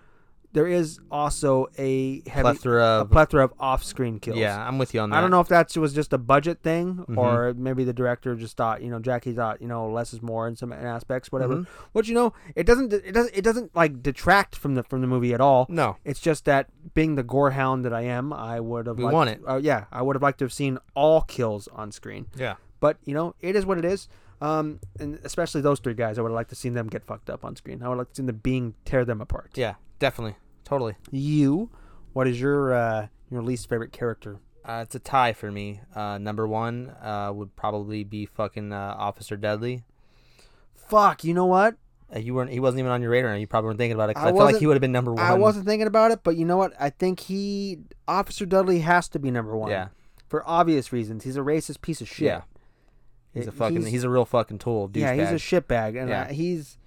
A: there is also a heavy,
B: Plethora
A: a
B: of
A: plethora of off-screen kills.
B: yeah, I'm with you on that. Mm-hmm.
A: I don't know if that was just a budget thing or maybe the director just thought, you know, Jackie thought, you know, less is more in some aspects, whatever.
B: Mm-hmm.
A: Which you know, it doesn't it doesn't it doesn't like detract from the from the movie at all.
B: No.
A: It's just that being the gore hound that I am, I would have
B: We
A: liked,
B: want it.
A: Uh, yeah, I would have liked to have seen all kills on screen.
B: Yeah.
A: But, you know, it is what it is. Um, and especially those three guys, I would have liked to seen them get fucked up on screen. I would like to seen the being tear them apart.
B: Yeah. Definitely. Totally.
A: You, what is your uh, your least favorite character?
B: Uh, it's a tie for me. Uh, number one uh, would probably be fucking uh, Officer Dudley.
A: Fuck, you know what?
B: Uh, you weren't. He wasn't even on your radar, and you probably weren't thinking about it. 'cause
A: I
B: I, felt like
A: wasn't-
B: he would have been number one.
A: I wasn't thinking about it, but you know what? I think he Officer Dudley has to be number one.
B: Yeah.
A: For obvious reasons. He's a racist piece of shit.
B: Yeah. He's a
A: It-
B: fucking. He's, a real fucking tool. Douchebag.
A: yeah, he's a shitbag, and
B: Yeah.
A: I, he's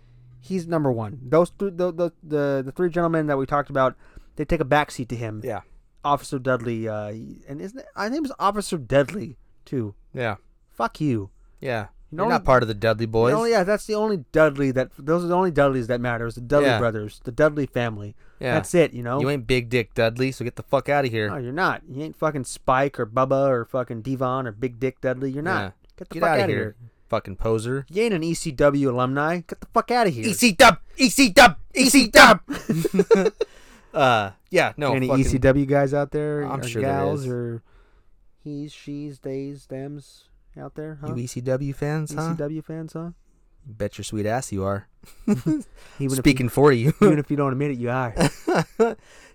A: he's number one. Those th- the, the the the three gentlemen that we talked about, they take a backseat to him.
B: yeah.
A: Officer Dudley, uh, and isn't it, I think it was Officer Dudley too.
B: Yeah.
A: Fuck you.
B: Yeah.
A: You
B: You're
A: know-
B: not part of the Dudley boys.
A: Oh yeah, that's the only Dudley that those are the only Dudleys that matter. Is the Dudley
B: Yeah.
A: brothers, the Dudley family.
B: Yeah.
A: That's it. You know.
B: You ain't Big Dick Dudley, so get the fuck out of here.
A: No, you're not. You ain't fucking Spike or Bubba or fucking Devon or Big Dick Dudley. You're not.
B: Yeah.
A: Get the
B: Get
A: fuck
B: out
A: out
B: of here. Fucking poser.
A: You ain't an ECW alumni. Get the fuck out of here.
B: EC dub. EC dub. EC dub. uh. Yeah. No.
A: Any
B: fucking-
A: ECW guys out there?
B: I'm
A: or
B: sure there
A: gals
B: is.
A: or he's, she's, they's, them's out there, huh? E
B: You ECW fans, huh?
A: ECW fans, huh?
B: Bet your sweet ass you are.
A: Even
B: Speaking for you.
A: if you, even if you don't admit it, you are.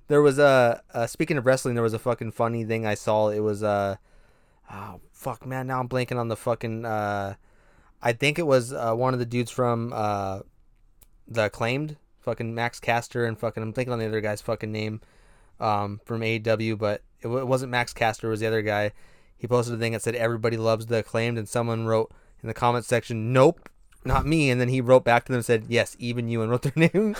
B: there was a uh, speaking of wrestling, there was a fucking funny thing I saw. It was uh oh fuck man, now I'm blanking on the fucking uh I think it was uh, one of the dudes from uh the acclaimed fucking Max Caster and fucking I'm thinking on the other guy's fucking name um from AEW, but it, w- it wasn't Max Caster, it was the other guy. He posted a thing that said everybody loves the acclaimed and someone wrote in the comment section, "Nope." Not me, and then he wrote back to them and said, "Yes, even you," and wrote their name.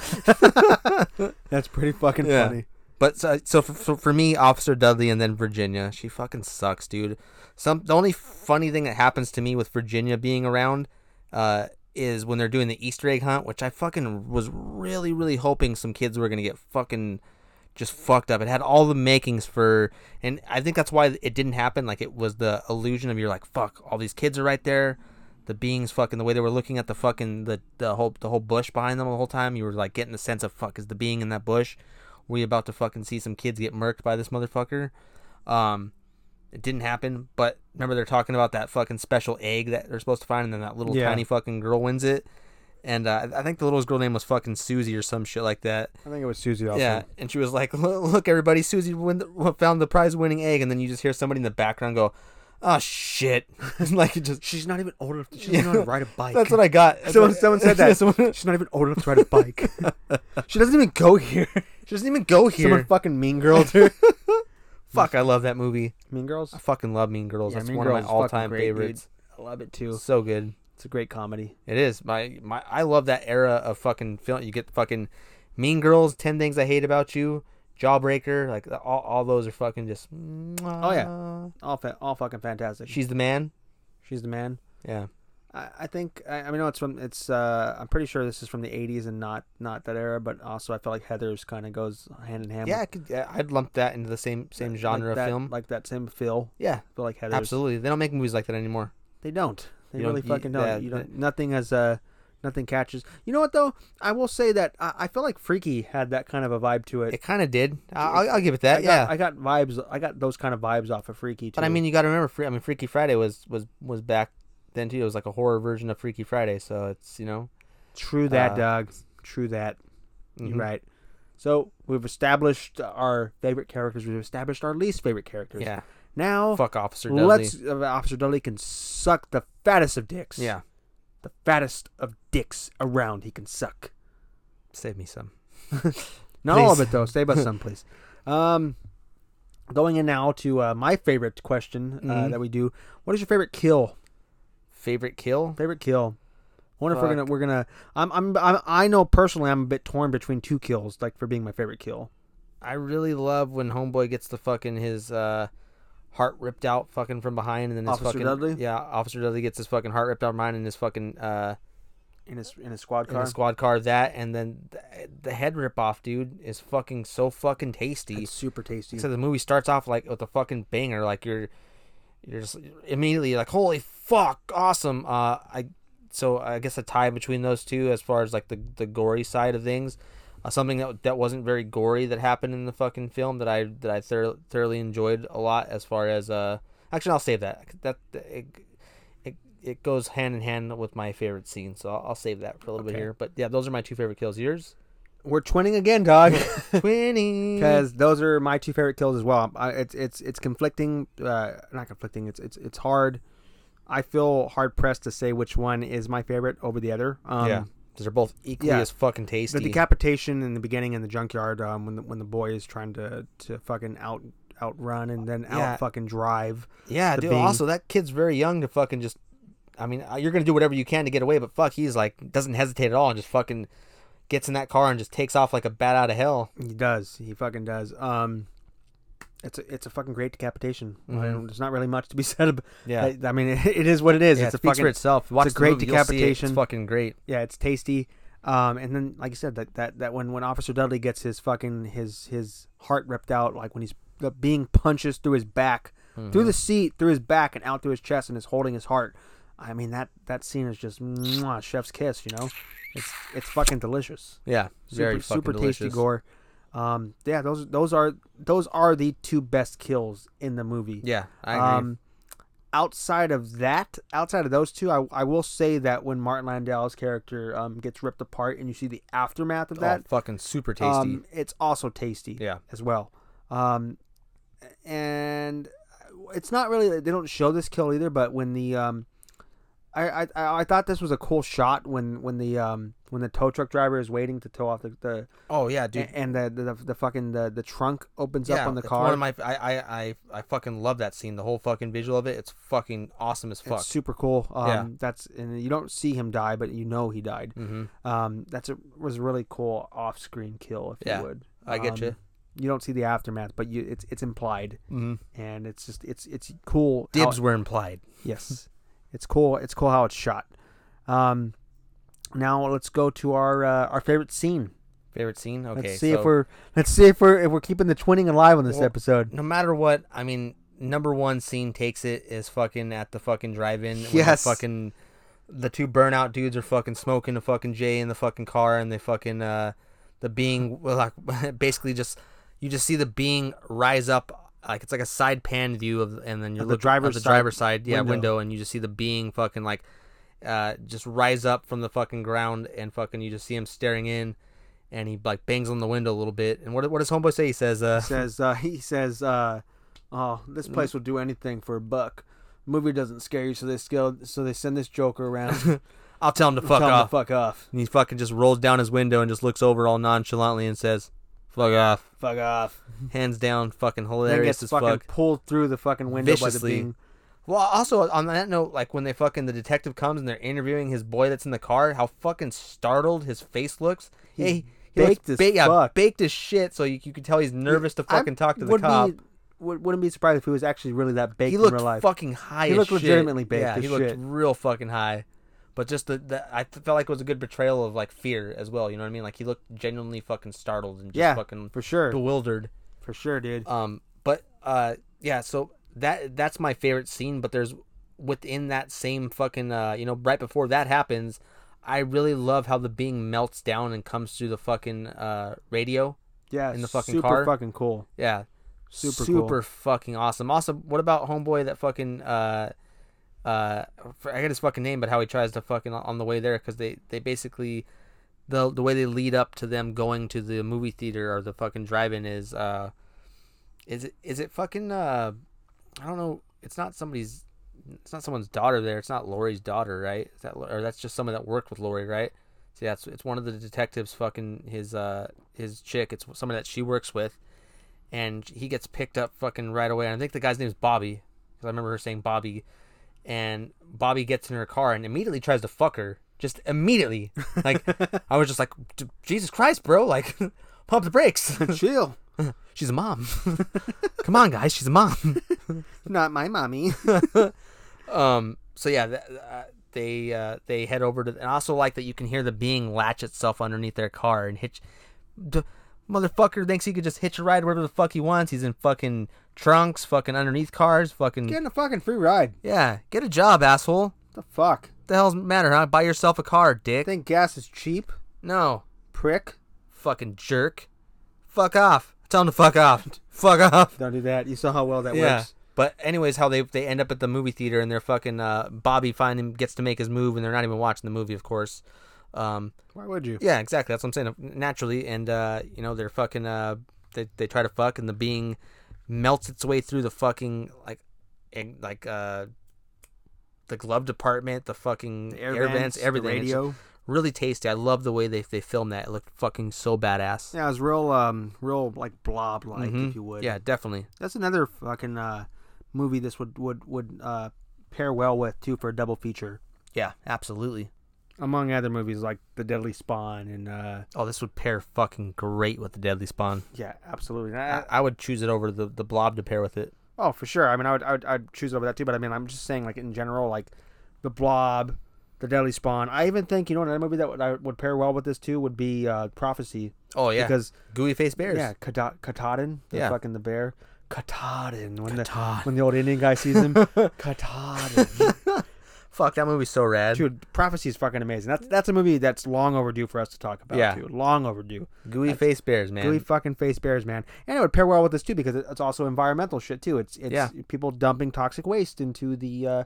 A: That's pretty fucking
B: Yeah.
A: funny.
B: But so, so for, for, for me, Officer Dudley and then Virginia, she fucking sucks, dude. Some the only funny thing that happens to me with Virginia being around uh, is when they're doing the Easter egg hunt, which I fucking was really really hoping some kids were gonna get fucking just fucked up. It had all the makings for, and I think that's why it didn't happen. Like it was the illusion of you're like, fuck, all these kids are right there. The beings fucking the way they were looking at the fucking the the whole the whole bush behind them the whole time. You were like getting the sense of fuck is the being in that bush. We about to fucking see some kids get murked by this motherfucker. Um, it didn't happen, but remember they're talking about that fucking special egg that they're supposed to find, and then that little
A: Yeah.
B: tiny fucking girl wins it. And uh, I I think the littlest girl name was fucking Susie or some shit like that.
A: I think it was Susie also.
B: Yeah, and she was like, "Look, look, everybody, Susie win the, found the prize-winning egg," and then you just hear somebody in the background go, oh shit, like it just.
A: She's not even old enough. She
B: Yeah.
A: doesn't know how to ride a bike.
B: That's what I got. That's
A: Someone,
B: what-
A: someone said that.
B: Yeah, someone-
A: She's not even old enough to ride a bike.
B: she doesn't even go here. She doesn't even go here.
A: Someone fucking mean girls. her.
B: Fuck, I love that movie.
A: mean girls.
B: I fucking love Mean Girls.
A: Yeah,
B: That's
A: Mean
B: one
A: Girls
B: of
A: is
B: my
A: fucking
B: all-time
A: great, dude.
B: favorites.
A: I love it too.
B: So good.
A: It's a great comedy.
B: It is my my. I love that era of fucking film. You get fucking Mean Girls, Ten Things I Hate About You, Jawbreaker. Like all, all those are fucking just. Oh
A: yeah. All fa- all fucking fantastic.
B: She's the man.
A: She's the man.
B: Yeah.
A: I, I think I, I mean, no, it's from it's. Uh, I'm pretty sure this is from the '80s and not not that era. But also, I feel like Heather's kind of goes hand in hand.
B: Yeah, I could, yeah, I'd lump that into the same same
A: with,
B: genre
A: like that,
B: of film.
A: like that same feel.
B: yeah,
A: I feel like Heather's.
B: absolutely. They don't make movies like that anymore.
A: They don't. They
B: You don't-
A: really
B: you-
A: fucking don't.
B: yeah,
A: you don't. Nothing as uh, nothing catches. You know what though? I will say that I, I feel like Freaky had that kind of a vibe to it.
B: It kind of did. I, I'll, I'll give it
A: I got,
B: that. yeah,
A: I got vibes. I got those kind of vibes off of Freaky too.
B: but I mean, you got to remember. Free, I mean, Freaky Friday was was was back then too. It was like a horror version of Freaky Friday. So it's you know.
A: true that,
B: uh,
A: Doug. True that.
B: mhm.
A: You're right. So we've established our favorite characters. We've established our least favorite characters.
B: Yeah.
A: Now
B: Fuck Officer Dudley.
A: let's uh, Officer Dudley can suck the fattest of dicks.
B: Yeah.
A: The fattest of dicks around. He can suck.
B: Save me some.
A: Not all of
B: Please.
A: it though. Save us some, please. Um, going in now to uh, my favorite question uh,
B: Mhm.
A: that we do. What is your favorite kill?
B: Favorite kill?
A: Favorite kill. I wonder if we're
B: Fuck.
A: gonna we're gonna. I'm, I'm I'm I know personally I'm a bit torn between two kills like for being my favorite kill.
B: I really love when Homeboy gets the fucking his uh, heart ripped out fucking from behind, and then his
A: Officer
B: fucking
A: Dudley?
B: yeah, Officer Dudley gets his fucking heart ripped out of mine, and his fucking uh,
A: In his in his squad
B: in
A: car.
B: the squad car that, and then the, the head rip off dude is fucking so fucking tasty.
A: It's super tasty.
B: So the movie starts off like with a fucking banger, like you're you're just immediately like, holy fuck, awesome. Uh, I so I guess a tie between those two as far as like the the gory side of things. Uh, something that that wasn't very gory that happened in the fucking film that I that I thor- thoroughly enjoyed a lot as far as uh actually I'll save that that it, it, it goes hand in hand with my favorite scene so I'll, I'll save that for a little bit
A: Okay.
B: here but yeah those are my two favorite kills yours
A: We're twinning again, dog.
B: Winning
A: Because those are my two favorite kills as well. I, it's it's it's conflicting. Uh, not conflicting. It's it's it's hard. I feel hard pressed to say which one is my favorite over the other. Um,
B: yeah 'Cause they're both equally
A: yeah.
B: as fucking tasty
A: The decapitation in the beginning in the junkyard um, when the, when the boy is trying to, to fucking out outrun and then out
B: Yeah.
A: fucking drive.
B: Yeah,
A: the
B: dude.
A: Bing.
B: Also, that kid's very young to fucking just. I mean, uh, you're gonna do whatever you can to get away, but fuck, he's like doesn't hesitate at all and just fucking gets in that car and just takes off like a bat out of hell.
A: He does. He fucking does. Um, it's a, it's a fucking great decapitation. I
B: Mhm.
A: don't- there's not really much to be said. About,
B: Yeah,
A: I, I mean, it is what it is.
B: yeah
A: it's a
B: it speaks
A: fucking
B: for itself. Watch
A: a
B: the
A: great
B: movie, you'll see it.
A: decapitation.
B: It's fucking great.
A: yeah, it's tasty. Um, and then like you said, that that that when when Officer Dudley gets his fucking his his heart ripped out, like when he's the being punches through his back,
B: Mm-hmm.
A: through the seat, through his back, and out through his chest, and is holding his heart. I mean that that scene is just mwah, chef's kiss. You know, it's it's fucking delicious.
B: Yeah,
A: Super
B: very fucking
A: super
B: delicious.
A: tasty gore. Um, yeah, those those are those are the two best kills in the movie.
B: Yeah, I agree.
A: Um, outside of that, outside of those two, I, I will say that when Martin Landau's character um, gets ripped apart and you see the aftermath of
B: Oh,
A: that,
B: fucking super tasty.
A: um, it's also tasty
B: yeah,
A: as well. Um, and it's not really they don't show this kill either, but when the um, I, I I thought this was a cool shot when when the um when the tow truck driver is waiting to tow off the, the
B: oh yeah, dude.
A: and the, the the fucking the, the trunk opens
B: yeah,
A: up on the
B: it's
A: car.
B: One of my, I, I, I, I fucking love that scene. The whole fucking visual of it. It's fucking awesome as fuck.
A: It's super cool. Um,
B: Yeah.
A: That's and you don't see him die, but you know he died.
B: mm-hmm.
A: Um, that's a was a really cool off-screen kill, if
B: Yeah,
A: you would.
B: I get
A: Um,
B: you.
A: You don't see the aftermath, but you it's it's implied,
B: Mm-hmm.
A: and it's just it's it's cool. how-
B: Dibs were implied.
A: yes, it's cool. It's cool how it's shot. Um, now let's go to our uh, our favorite scene.
B: Favorite scene. Okay,
A: let's see
B: so-
A: if we're let's see if we're if we're keeping the twinning alive on this
B: Well,
A: episode.
B: no matter what, I mean, number one scene takes it is fucking at the fucking drive-in. when the
A: Yes.
B: fucking the two burnout dudes are fucking smoking a fucking J in the fucking car, and they fucking uh, the being well, like basically just you just see the being rise up like it's like a side pan view of, and then you're
A: Of the
B: look-
A: driver's
B: of the
A: side
B: driver's side, yeah,
A: window.
B: window. and you just see the being fucking like uh, just rise up from the fucking ground, and fucking you just see him staring in. And he like bangs on the window a little bit. And what, what does homeboy say? He says, uh, Mm.
A: says uh, he says uh, oh this place will do anything for a buck movie doesn't scare you, so they still so they send this Joker around.
B: I'll tell him to fuck
A: tell him to
B: off.
A: fuck off.
B: and he fucking just rolls down his window and just looks over all nonchalantly and says, "Fuck off."
A: Fuck off.
B: Hands down, fucking
A: Then
B: hilarious
A: gets
B: as
A: fucking
B: fuck.
A: pulled through the fucking window
B: Viciously.
A: by the thing.
B: Well, also on that note, like when they fucking the detective comes and they're interviewing his boy that's in the car, how fucking startled his face looks.
A: He's
B: Hey,
A: baked as fuck.
B: baked as shit. So you, you could tell he's nervous to
A: I
B: fucking talk to the
A: would be-
B: cop.
A: would, wouldn't be surprised if he was actually really that baked
B: he
A: in
B: looked
A: real life.
B: fucking high.
A: He
B: as
A: looked
B: shit.
A: legitimately baked
B: Yeah,
A: as
B: he looked
A: shit.
B: real fucking high. But just the, the I felt like it was a good betrayal of like fear as well. You know what I mean? Like he looked genuinely fucking startled and just
A: Yeah.
B: fucking
A: for sure,
B: bewildered.
A: for sure, dude.
B: Um, but uh, yeah. So that that's my favorite scene. But there's within that same fucking uh, you know, right before that happens, I really love how the being melts down and comes through the fucking uh radio.
A: Yeah,
B: in the fucking
A: super
B: car.
A: fucking cool.
B: Yeah.
A: Super
B: Super,
A: cool.
B: fucking awesome. Also, what about homeboy that fucking uh uh for, I got his fucking name, but how he tries to fucking on the way there because they they basically the the way they lead up to them going to the movie theater or the fucking drive-in is uh is it is it fucking uh I don't know. It's not somebody's. It's not someone's daughter there. It's not Lori's daughter, right? Is that or that's just someone that worked with Lori, right? So yeah, it's, it's one of the detectives fucking his uh his chick. It's someone that she works with, and he gets picked up fucking right away. And I think the guy's name is Bobby because I remember her saying Bobby, and Bobby gets in her car and immediately tries to fuck her. Just immediately, like I was just like, "D- Jesus Christ, bro! Like, pump the brakes.
A: Chill.
B: she's a mom. Come on, guys, she's a mom.
A: Not my mommy.
B: Um. So yeah, th- uh, they uh, they head over to, and I also like that you can hear the being latch itself underneath their car and hitch. The motherfucker thinks he could just hitch a ride wherever the fuck he wants. He's in fucking trunks, fucking underneath cars, fucking
A: Getting a fucking free ride.
B: yeah. Get a job, asshole.
A: the fuck?
B: The hell's the matter, huh? Buy yourself a car, dick.
A: Think gas is cheap,
B: no,
A: prick.
B: fucking jerk. Fuck off. Tell him to fuck off. fuck off.
A: Don't do that. You saw how well that works.
B: But anyways, how they they end up at the movie theater and they're fucking uh, Bobby finally gets to make his move and they're not even watching the movie, of course. Um,
A: Why would you?
B: yeah, exactly. That's what I'm saying. Naturally, and uh, you know they're fucking. Uh, they they try to fuck and the being melts its way through the fucking like, and, like uh, the glove department, the fucking
A: The
B: air, vents,
A: the
B: everything. It's
A: radio.
B: really tasty. I love the way they they filmed that. It looked fucking so badass.
A: Yeah, it was real, um, real like blob like,
B: Mhm.
A: if you would.
B: yeah definitely.
A: that's another fucking uh, movie this would would would uh, pair well with too for a double feature,
B: Yeah, absolutely.
A: among other movies like The Deadly Spawn and uh,
B: Oh, this would pair fucking great with the Deadly Spawn.
A: yeah, absolutely. And I-
B: I, I would choose it over the, the blob to pair with it.
A: Oh, for sure. I mean, I would, I would I'd choose over that too. But I mean, I'm just saying, like in general, like the Blob, the Deadly Spawn. I even think you know another movie that would, I would pair well with this too would be uh, Prophecy
B: Oh yeah,
A: because
B: gooey face bears.
A: yeah, Kata- Katahdin, the
B: Yeah.
A: fucking the bear, Katahdin. When the
B: Katahdin.
A: when the old Indian guy sees him, Katahdin.
B: Fuck that movie's so rad.
A: Dude, Prophecy is fucking amazing. That's that's a movie that's long overdue for us to talk about.
B: Yeah.
A: too. long overdue.
B: gooey face bears, man.
A: Gooey fucking face bears, man. And it would pair well with this too because it- it's also environmental shit too. It's it's
B: Yeah.
A: people dumping toxic waste into the. Uh,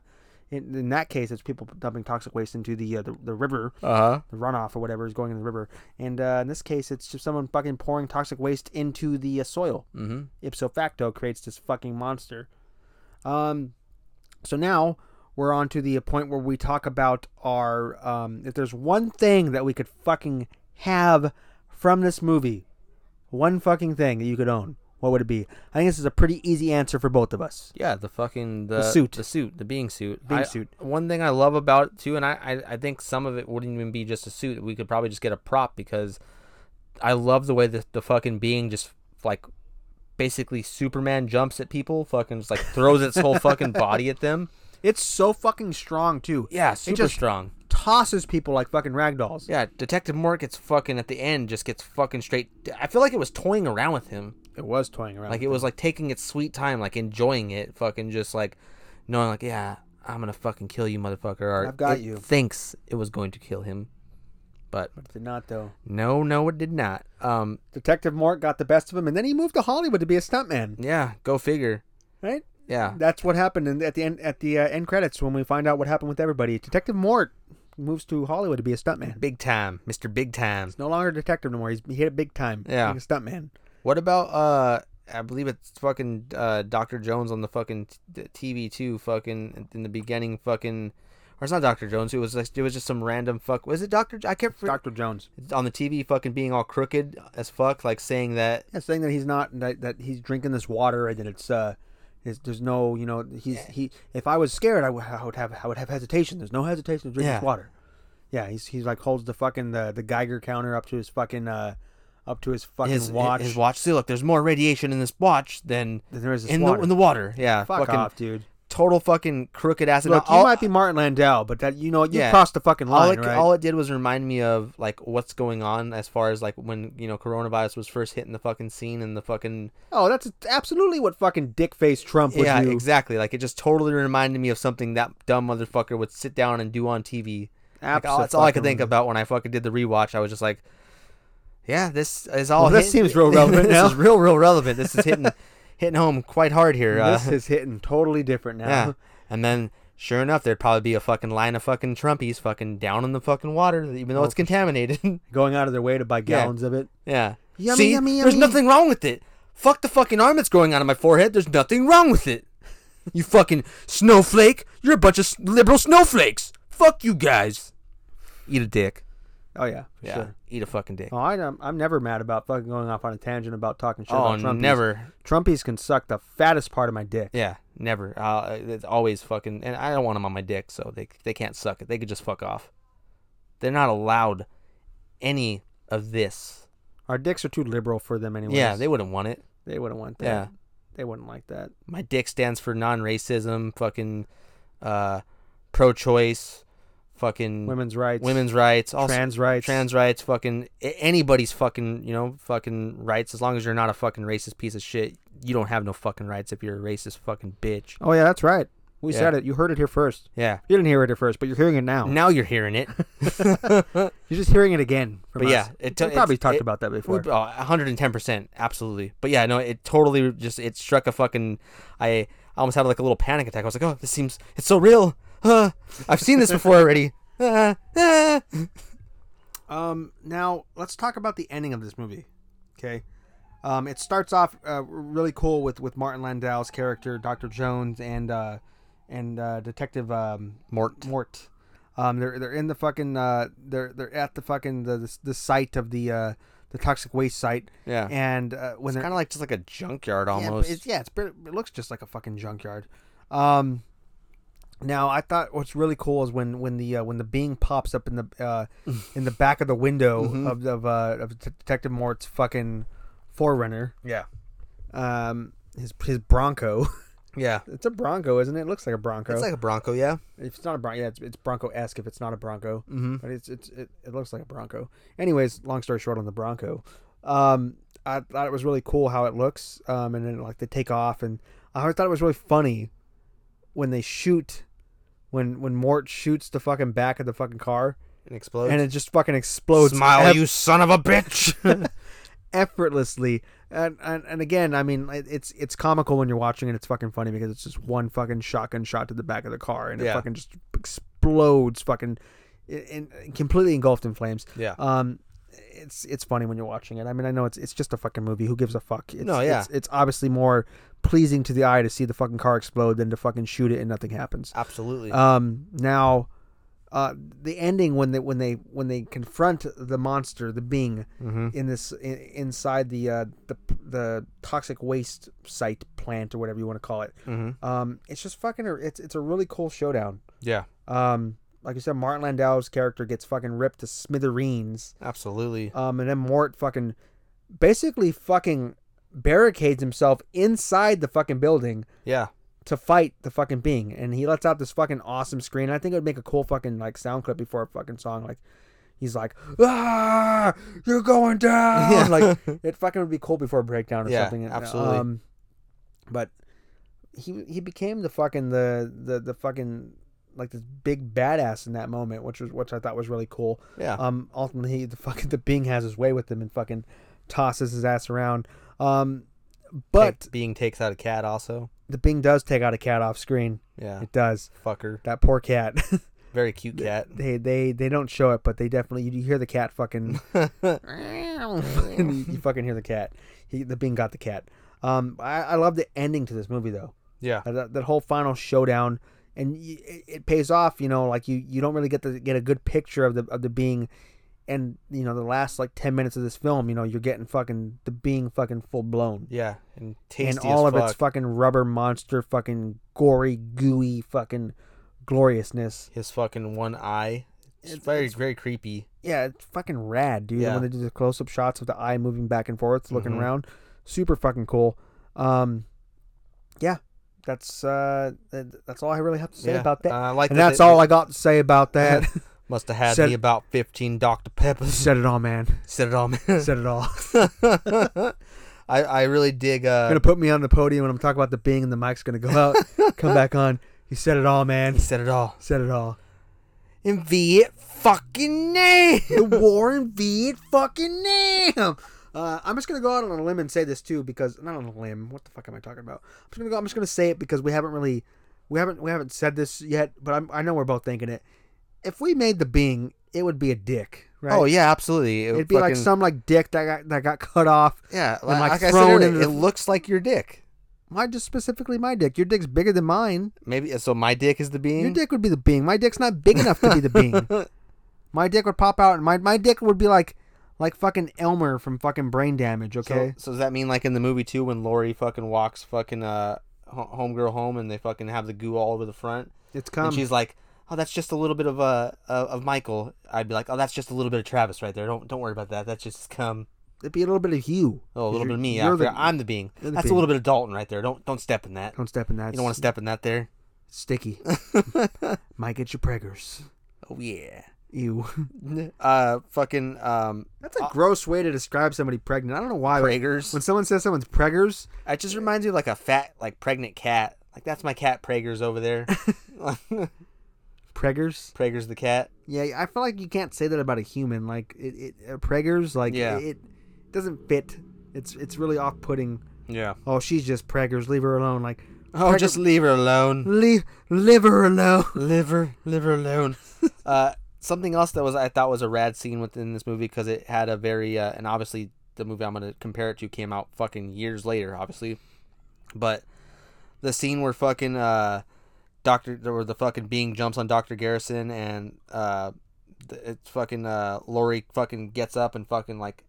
A: in, in that case, it's people dumping toxic waste into the, uh, the the river,
B: uh huh.
A: the runoff or whatever is going in the river. And uh, in this case, it's just someone fucking pouring toxic waste into the uh, soil.
B: Mm-hmm.
A: Ipso facto creates this fucking monster. Um, so now we're on to the point where we talk about our um, if there's one thing that we could fucking have from this movie, one fucking thing that you could own, what would it be? I think this is a pretty easy answer for both of us.
B: Yeah, the fucking the,
A: suit.
B: the suit, the being suit,
A: Being
B: I-
A: suit.
B: One thing I love about it too, and I, I I think some of it wouldn't even be just a suit. We could probably just get a prop because I love the way that the fucking being just like basically Superman jumps at people, fucking just like throws its whole fucking body at them.
A: It's so fucking strong too.
B: Yeah, super
A: just-
B: strong.
A: Tosses people like fucking ragdolls.
B: Yeah, Detective Moore gets fucking at the end, just gets fucking straight. I feel like it was toying around with him.
A: It was toying around.
B: Like it was like taking its sweet time, like enjoying it, fucking just like knowing, like, yeah, I'm gonna fucking kill you, motherfucker. Or
A: I've got
B: it
A: you.
B: Thinks it was going to kill him, but
A: But did not though.
B: no, no, it did not. Um,
A: Detective Mort got the best of him, and then he moved to Hollywood to be a stuntman.
B: yeah, go figure.
A: Right?
B: Yeah,
A: That's what happened in, at the end at the uh, end credits when we find out what happened with everybody. Detective Mort moves to Hollywood to be a stuntman.
B: big time, Mister Big Time.
A: No longer a detective anymore. He's he hit it big time.
B: Yeah.
A: being a stuntman.
B: What about uh, I believe it's fucking uh, Doctor Jones on the fucking t- TV too. Fucking in the beginning, fucking. Or it's not Doctor Jones. It was like, it was just some random fuck. Was it Doctor? I kept fr-
A: Doctor Jones.
B: on the TV fucking being all crooked as fuck, like saying that
A: Yeah, saying that he's not that, that he's drinking this water and that it's uh, it's, there's no you know he's he. If I was scared, I would, I would have I would have hesitation. There's no hesitation to drink
B: Yeah.
A: this water. Yeah, he's he's like holds the fucking the, the Geiger counter up to his fucking uh, up to his fucking
B: his
A: watch.
B: His watch. See, look, there's more radiation in this watch than
A: Than there is this
B: in
A: water.
B: the in the water. Yeah,
A: Fuck
B: fucking
A: off, dude.
B: total fucking crooked ass. And
A: Look,
B: all-
A: you might be Martin Landau, but that you know you
B: Yeah.
A: crossed the fucking
B: all
A: line,
B: it,
A: right?
B: all it did was remind me of like what's going on as far as like when you know coronavirus was first hitting the fucking scene and the fucking
A: oh, that's absolutely what fucking dickface Trump would
B: yeah
A: do.
B: exactly like it just totally reminded me of something that dumb motherfucker would sit down and do on TV. Like, all, that's all I could think
A: Abso-fucking-lutely.
B: about when I fucking did the rewatch. I was just like, yeah, this is all.
A: Well, this
B: hit-
A: seems real relevant
B: this
A: now.
B: is real, real relevant. This is hitting hitting home quite hard here. Uh,
A: This is hitting totally different now.
B: yeah, and then. Sure enough, there'd probably be a fucking line of fucking Trumpies fucking down in the fucking water, even though
A: Oh,
B: it's contaminated.
A: Going out of their way to buy gallons of it.
B: Yeah.
A: Yummy,
B: See,
A: yummy,
B: there's
A: yummy.
B: nothing wrong with it. Fuck the fucking arm that's growing out of my forehead. There's nothing wrong with it. You fucking snowflake. You're a bunch of s- liberal snowflakes. Fuck you guys. Eat a dick.
A: Oh yeah, for sure.
B: Eat a fucking dick.
A: Oh, I, am I'm never mad about fucking going off on a tangent about talking shit
B: Oh,
A: about Trumpies.
B: never.
A: Trumpies can suck the fattest part of my dick.
B: Yeah, never. Uh, it's always fucking. And I don't want them on my dick, so they they can't suck it. They could just fuck off. They're not allowed any of this.
A: Our dicks are too liberal for them anyway.
B: Yeah, they wouldn't want it.
A: they wouldn't want that.
B: Yeah. Mm.
A: They wouldn't like that.
B: my dick stands for non-racism, fucking uh, pro-choice, fucking
A: Women's rights,
B: women's rights, all trans,
A: trans rights,
B: trans rights, fucking a- anybody's fucking you know fucking rights. As long as you're not a fucking racist piece of shit, you don't have no fucking rights if you're a racist fucking bitch.
A: Oh yeah, that's right. We
B: Yeah.
A: said it. You heard it here first.
B: Yeah.
A: You didn't hear it here first, but you're hearing it now.
B: Now you're hearing it.
A: You're just hearing it again. From
B: But
A: us.
B: yeah, it to-
A: we probably
B: it's-
A: talked
B: it-
A: about that before.
B: We- oh, 110%, absolutely. But yeah, no, it totally just it struck a fucking I almost had like a little panic attack. I was like, "Oh, this seems it's so real." Uh, I've seen this before already. Uh, uh.
A: Um, now let's talk about the ending of this movie. Okay, um, it starts off uh, really cool with with Martin Landau's character, Doctor Jones, and uh, and uh, Detective um,
B: Mort.
A: Mort. Um, they're they're in the fucking uh, they're they're at the fucking the the, the site of the uh, the toxic waste site.
B: Yeah.
A: and uh, when they're
B: kind of like just like a junkyard
A: yeah, but
B: almost.
A: it's, yeah, it's pretty- it looks just like a fucking junkyard. Um, now I thought what's really cool is when when the uh, when the being pops up in the uh, in the back of the window of of, uh, of Det- Detective Mort's fucking forerunner.
B: yeah.
A: Um, his his Bronco.
B: Yeah.
A: it's a Bronco, isn't it? It looks like a Bronco.
B: It's like a Bronco, yeah.
A: if it's not a Bronco, yeah, it's, it's Bronco esque. If it's not a Bronco,
B: Mm-hmm.
A: but it's it's it, it looks like a Bronco. Anyways, long story short on the Bronco, um, I thought it was really cool how it looks, um, and then like they take off, and I always thought it was really funny when they shoot, when when Mort shoots the fucking back of the fucking car,
B: It explodes.
A: and it just fucking explodes.
B: Smile,
A: eff-
B: you son of a bitch.
A: effortlessly. And, and and again, I mean, it- it's it's comical when you're watching it. It's fucking funny because it's just one fucking shotgun shot to the back of the car, and it
B: Yeah.
A: fucking just explodes, fucking, in, in- completely engulfed in flames.
B: Yeah.
A: Um, it's it's funny when you're watching it. I mean, I know it's it's just a fucking movie. Who gives a fuck? It's,
B: No, yeah.
A: It's, it's obviously more pleasing to the eye to see the fucking car explode than to fucking shoot it and nothing happens.
B: Absolutely.
A: Um, now, uh, the ending when they when they when they confront the monster, the being, in this in, inside the uh, the the toxic waste site plant or whatever you want to call it.
B: Mhm.
A: Um, it's just fucking. a- It's it's a really cool showdown.
B: yeah.
A: Um, like you said, Martin Landau's character gets fucking ripped to smithereens.
B: Absolutely.
A: Um, and then Mort fucking basically fucking barricades himself inside the fucking building
B: Yeah.
A: to fight the fucking being, and he lets out this fucking awesome scream. I think it would make a cool fucking like sound clip before a fucking song. Like he's like, "Ah, you're going down!"
B: Yeah.
A: Like it fucking would be cool before a breakdown or
B: Yeah,
A: something.
B: absolutely.
A: Um, but he he became the fucking the the the fucking like this big badass in that moment, which was which I thought was really cool.
B: Yeah.
A: Um, ultimately, the fucking the being has his way with him and fucking tosses his ass around. Um, but
B: Take- being takes out a cat also.
A: the Bing does take out a cat off screen.
B: Yeah.
A: It does.
B: Fucker.
A: That poor cat.
B: Very cute cat.
A: they they they don't show it, but they definitely you hear the cat fucking. you fucking hear the cat. He the Bing got the cat. Um, I, I love the ending to this movie though.
B: Yeah.
A: Uh, That, that whole final showdown, and y- it, it pays off. You know, like you, you don't really get to get a good picture of the of the being, and you know the last like ten minutes of this film. You know, you're getting fucking the being fucking full blown.
B: Yeah. And tasty
A: and all
B: as
A: of
B: fuck.
A: its fucking rubber monster, fucking gory, gooey, fucking gloriousness.
B: his fucking one eye. It's,
A: It's-
B: very
A: it's-
B: very creepy.
A: Yeah, it's fucking rad, dude.
B: Yeah.
A: When they do the close-up shots of the eye moving back and forth, looking
B: Mhm.
A: around, super fucking cool. Um, yeah, that's uh, th- that's all I really have to say
B: Yeah.
A: about that.
B: Uh, I like
A: and that's all I got to say about that.
B: must have had
A: said-
B: me about fifteen Dr Peppers.
A: Said it all, man.
B: Said it all, man.
A: Said it all.
B: I I really dig. Uh,
A: gonna put me on the podium when I'm talking about the Bing, and the mic's gonna go out, come back on. He said it all,
B: he
A: man.
B: said it all
A: Said it all.
B: in Viet fucking name.
A: the war in Viet fucking name. Uh, I'm just gonna go out on a limb and say this too because not on a limb. What the fuck am I talking about? I'm just gonna go. I'm just gonna say it because we haven't really, we haven't we haven't said this yet. But I'm, I know we're both thinking it. If we made the Bing, it would be a dick, right?
B: Oh yeah, absolutely. It
A: it'd be like
B: fucking-
A: some like dick that got that got cut off.
B: yeah,
A: and, like,
B: like, I said
A: thrown
B: earlier,
A: into the-
B: it looks like your dick.
A: My just specifically my dick. Your dick's bigger than mine.
B: Maybe so. My dick is the being.
A: Your dick would be the Bing. My dick's not big enough to be the Bing. My dick would pop out, and my my dick would be like like fucking Elmer from fucking brain damage. Okay.
B: So, so does that mean like in the movie too, when Lori fucking walks fucking uh ho- homegirl home and they fucking have the goo all over the front,
A: It's
B: and
A: coming.
B: she's like, "Oh, that's just a little bit of uh of of Michael." I'd be like, "Oh, that's just a little bit of Travis right there. Don't don't worry about that. That's just cum.
A: It'd be a little bit of you.
B: Oh, a little bit of me.
A: You're
B: Yeah, I
A: the-
B: forgot. I'm the being.
A: you're the
B: that's
A: being.
B: a little bit of Dalton right there. Don't don't step in that.
A: Don't step in that.
B: You don't want to step in that there.
A: It's sticky. Might get you preggers.
B: oh yeah.
A: Ew.
B: Uh, fucking um,
A: That's a gross way to describe somebody pregnant. I don't know why. but
B: Prager's.
A: When someone says someone's preggers,
B: It just reminds me of like a fat, like pregnant cat. Like that's my cat Prager's over there.
A: preggers.
B: Prager's the cat.
A: Yeah, I feel like you can't say that about a human. Like it, it uh, preggers. Like
B: Yeah.
A: it, it doesn't fit. It's it's really off putting.
B: Yeah.
A: Oh, she's just preggers. Leave her alone. Like
B: Oh, just leave her alone.
A: leave leave her alone.
B: Live her, live her alone. uh, something else that was I thought was a rad scene within this movie because it had a very uh, and obviously the movie I'm gonna compare it to came out fucking years later, obviously, but the scene where fucking uh, Doctor or the fucking being jumps on Doctor Garrison and uh, the, it's fucking uh, Lori fucking gets up and fucking like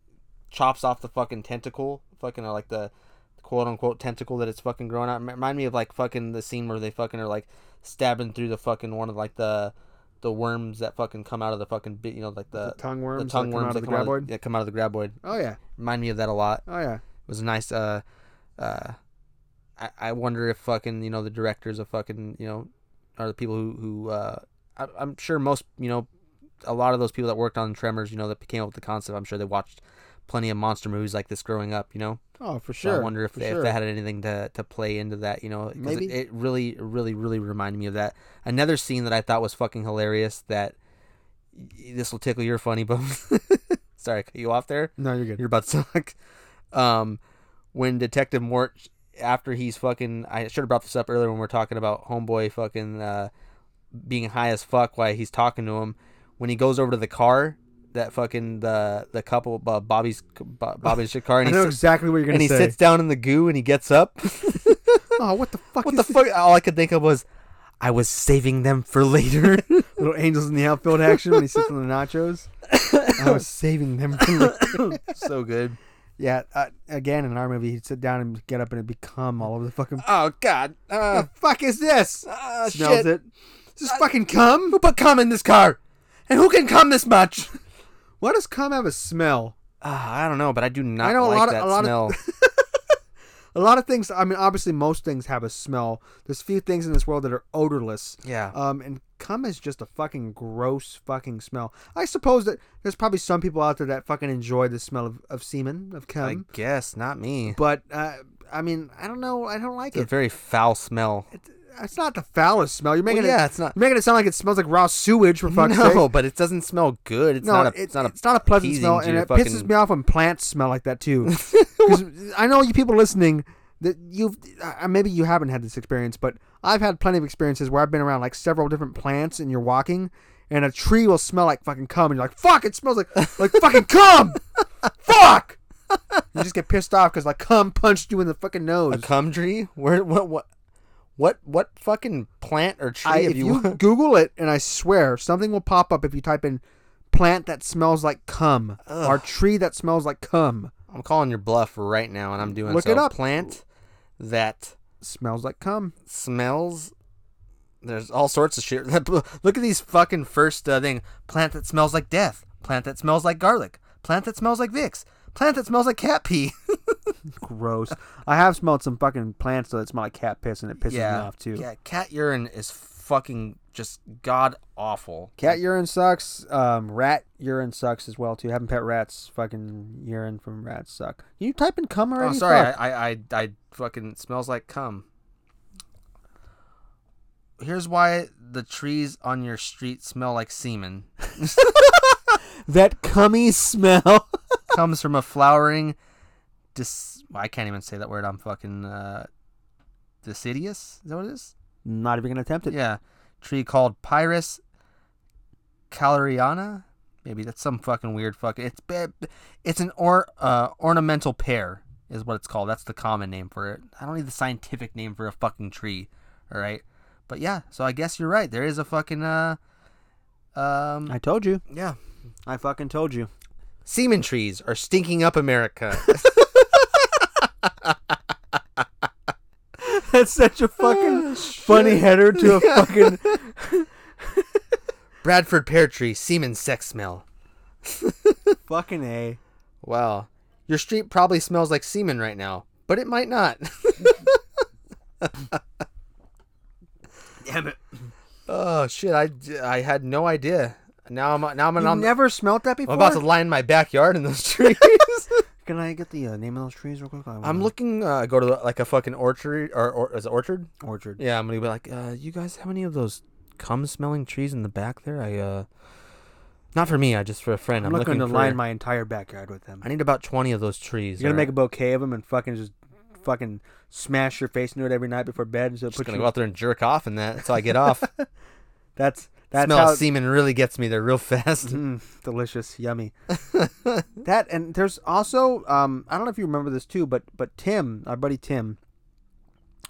B: chops off the fucking tentacle, fucking uh, like the quote unquote tentacle that it's fucking growing out. Remind me of like fucking the scene where they fucking are like stabbing through the fucking one of like the the worms that fucking come out of the fucking bit, you know, like the,
A: tongue
B: the
A: worms.
B: tongue
A: that come
B: worms
A: out of
B: that
A: the
B: come out of
A: graboid.
B: the, yeah, come out of the graboid.
A: Oh yeah.
B: Remind me of that a lot.
A: Oh yeah.
B: It was a nice. Uh, uh, I, I wonder if fucking you know the directors of fucking you know are the people who who uh, I, I'm sure most you know a lot of those people that worked on Tremors you know that came up with the concept. I'm sure they watched plenty of monster movies like this growing up. You know,
A: Oh for
B: so
A: sure.
B: I wonder if,
A: for
B: they,
A: sure.
B: if that had anything to, to play into that, you know, 'cause
A: Maybe.
B: It, it really, really, really reminded me of that. Another scene that I thought was fucking hilarious that this will tickle your funny bone. Sorry, I cut you off there.
A: No, you're good.
B: Your butt suck. Um, when Detective Mort, after he's fucking, I should have brought this up earlier when we are talking about Homeboy fucking uh, being high as fuck while he's talking to him. When he goes over to the car, that fucking the the couple uh, Bobby's Bo- Bobby's car, and
A: I
B: he
A: know
B: sits-
A: exactly what you're gonna
B: and he
A: say.
B: sits down in the goo and he gets up.
A: oh, what the fuck?
B: what
A: is
B: the
A: this?
B: fuck? All I could think of was, I was saving them for later.
A: little angels in the outfield action when he sits on the nachos. I was saving them. From
B: so good.
A: yeah, uh, again in our movie, he'd sit down and get up and it'd become all over the fucking.
B: Oh God! Uh,
A: the fuck is this?
B: uh,
A: Smells
B: shit.
A: it. Is this fucking cum?
B: Who put cum in this car? And who can cum this much?
A: Why does cum have a smell?
B: Uh, I don't know, but I do not
A: know a
B: like
A: lot of-
B: that
A: a lot of-
B: smell.
A: A lot of things. I mean, obviously, most things have a smell. There's few things in this world that are odorless.
B: yeah.
A: Um, and cum is just a fucking gross fucking smell. I suppose that there's probably some people out there that fucking enjoy the smell of, of semen of cum.
B: I guess not me.
A: but uh, I mean, I don't know. I don't like
B: It's a
A: it.
B: very foul smell.
A: It's not the foulest smell. You're making
B: Well, yeah,
A: it.
B: it's not.
A: You're making it sound like it smells like raw sewage for fuck's
B: no,
A: sake.
B: but it doesn't smell good. It's
A: No,
B: not a.
A: it-
B: it's not a.
A: pleasant
B: teasing
A: smell,
B: to
A: and
B: your
A: it pisses
B: fucking-
A: me off when plants smell like that too. 'Cause I know you people listening that you've uh, maybe you haven't had this experience, but I've had plenty of experiences where I've been around like several different plants, and you're walking, and a tree will smell like fucking cum, and you're like, "Fuck!" It smells like like fucking cum. Fuck. You just get pissed off because like cum punched you in the fucking
B: A
A: nose.
B: cum tree? Where? What? What? What? What fucking plant or tree
A: I,
B: have
A: if
B: you?
A: you Google it, and I swear something will pop up if you type in "plant that smells like cum" or "tree that smells like cum."
B: I'm calling your bluff right now, and I'm doing
A: Look
B: so.
A: it up.
B: Plant that
A: Smells like cum.
B: smells. There's all sorts of shit. Look at these fucking first uh, thing. Plant that smells like death. Plant that smells like garlic. Plant that smells like Vicks. Plant that smells like cat pee.
A: Gross. I have smelled some fucking plants though that smell like cat piss, and it pisses me off too.
B: Yeah, cat urine is fucking just god awful.
A: Cat urine sucks. Um, rat urine sucks as well too. Having pet rats, fucking urine from rats suck. You type in cum
B: Oh,
A: already?
B: sorry.
A: Fuck.
B: I, I, I, I fucking it smells like cum. Here's why the trees on your street smell like semen.
A: That cummy smell.
B: Comes from a flowering, dis. I can't even say that word. I'm fucking uh, deciduous. Is that what it is?
A: Not even gonna attempt it.
B: Yeah, tree called Pyrus calariana. Maybe that's some fucking weird fucking. It's ba- it's an or uh, ornamental pear is what it's called. That's the common name for it. I don't need the scientific name for a fucking tree. All right, but yeah. So I guess you're right. There is a fucking uh, um,
A: I told you.
B: yeah.
A: I fucking told you.
B: Semen trees are stinking up America.
A: That's such a fucking funny header to a fucking.
B: Bradford pear tree semen sex smell.
A: Fucking A.
B: Wow. Your street probably smells like semen right now, but it might not.
A: Damn it.
B: Oh shit! I, I had no idea. Now I'm now I'm,
A: You've
B: I'm,
A: never smelled that before?
B: I'm about to line my backyard in those trees.
A: Can I get the uh, name of those trees real quick? I
B: I'm
A: wanna-
B: looking. Uh, go to like a fucking orchard or, or is it orchard?
A: Orchard.
B: Yeah, I'm gonna be like, uh, you guys have any of those cum smelling trees in the back there? I uh, not for me. I just for a friend.
A: I'm,
B: I'm,
A: not going
B: looking
A: to
B: for-
A: line my entire backyard with them.
B: I need about twenty of those trees.
A: You're going to make a
B: alright?
A: bouquet of them and fucking just fucking smash your face into it every night before bed. So it
B: Just
A: puts
B: gonna
A: you,
B: go out there and jerk off in that until I get off.
A: That's that's
B: Smell
A: how
B: of semen really gets me there real fast.
A: Mm, delicious, yummy. that and there's also um, I don't know if you remember this too, but but Tim, our buddy Tim,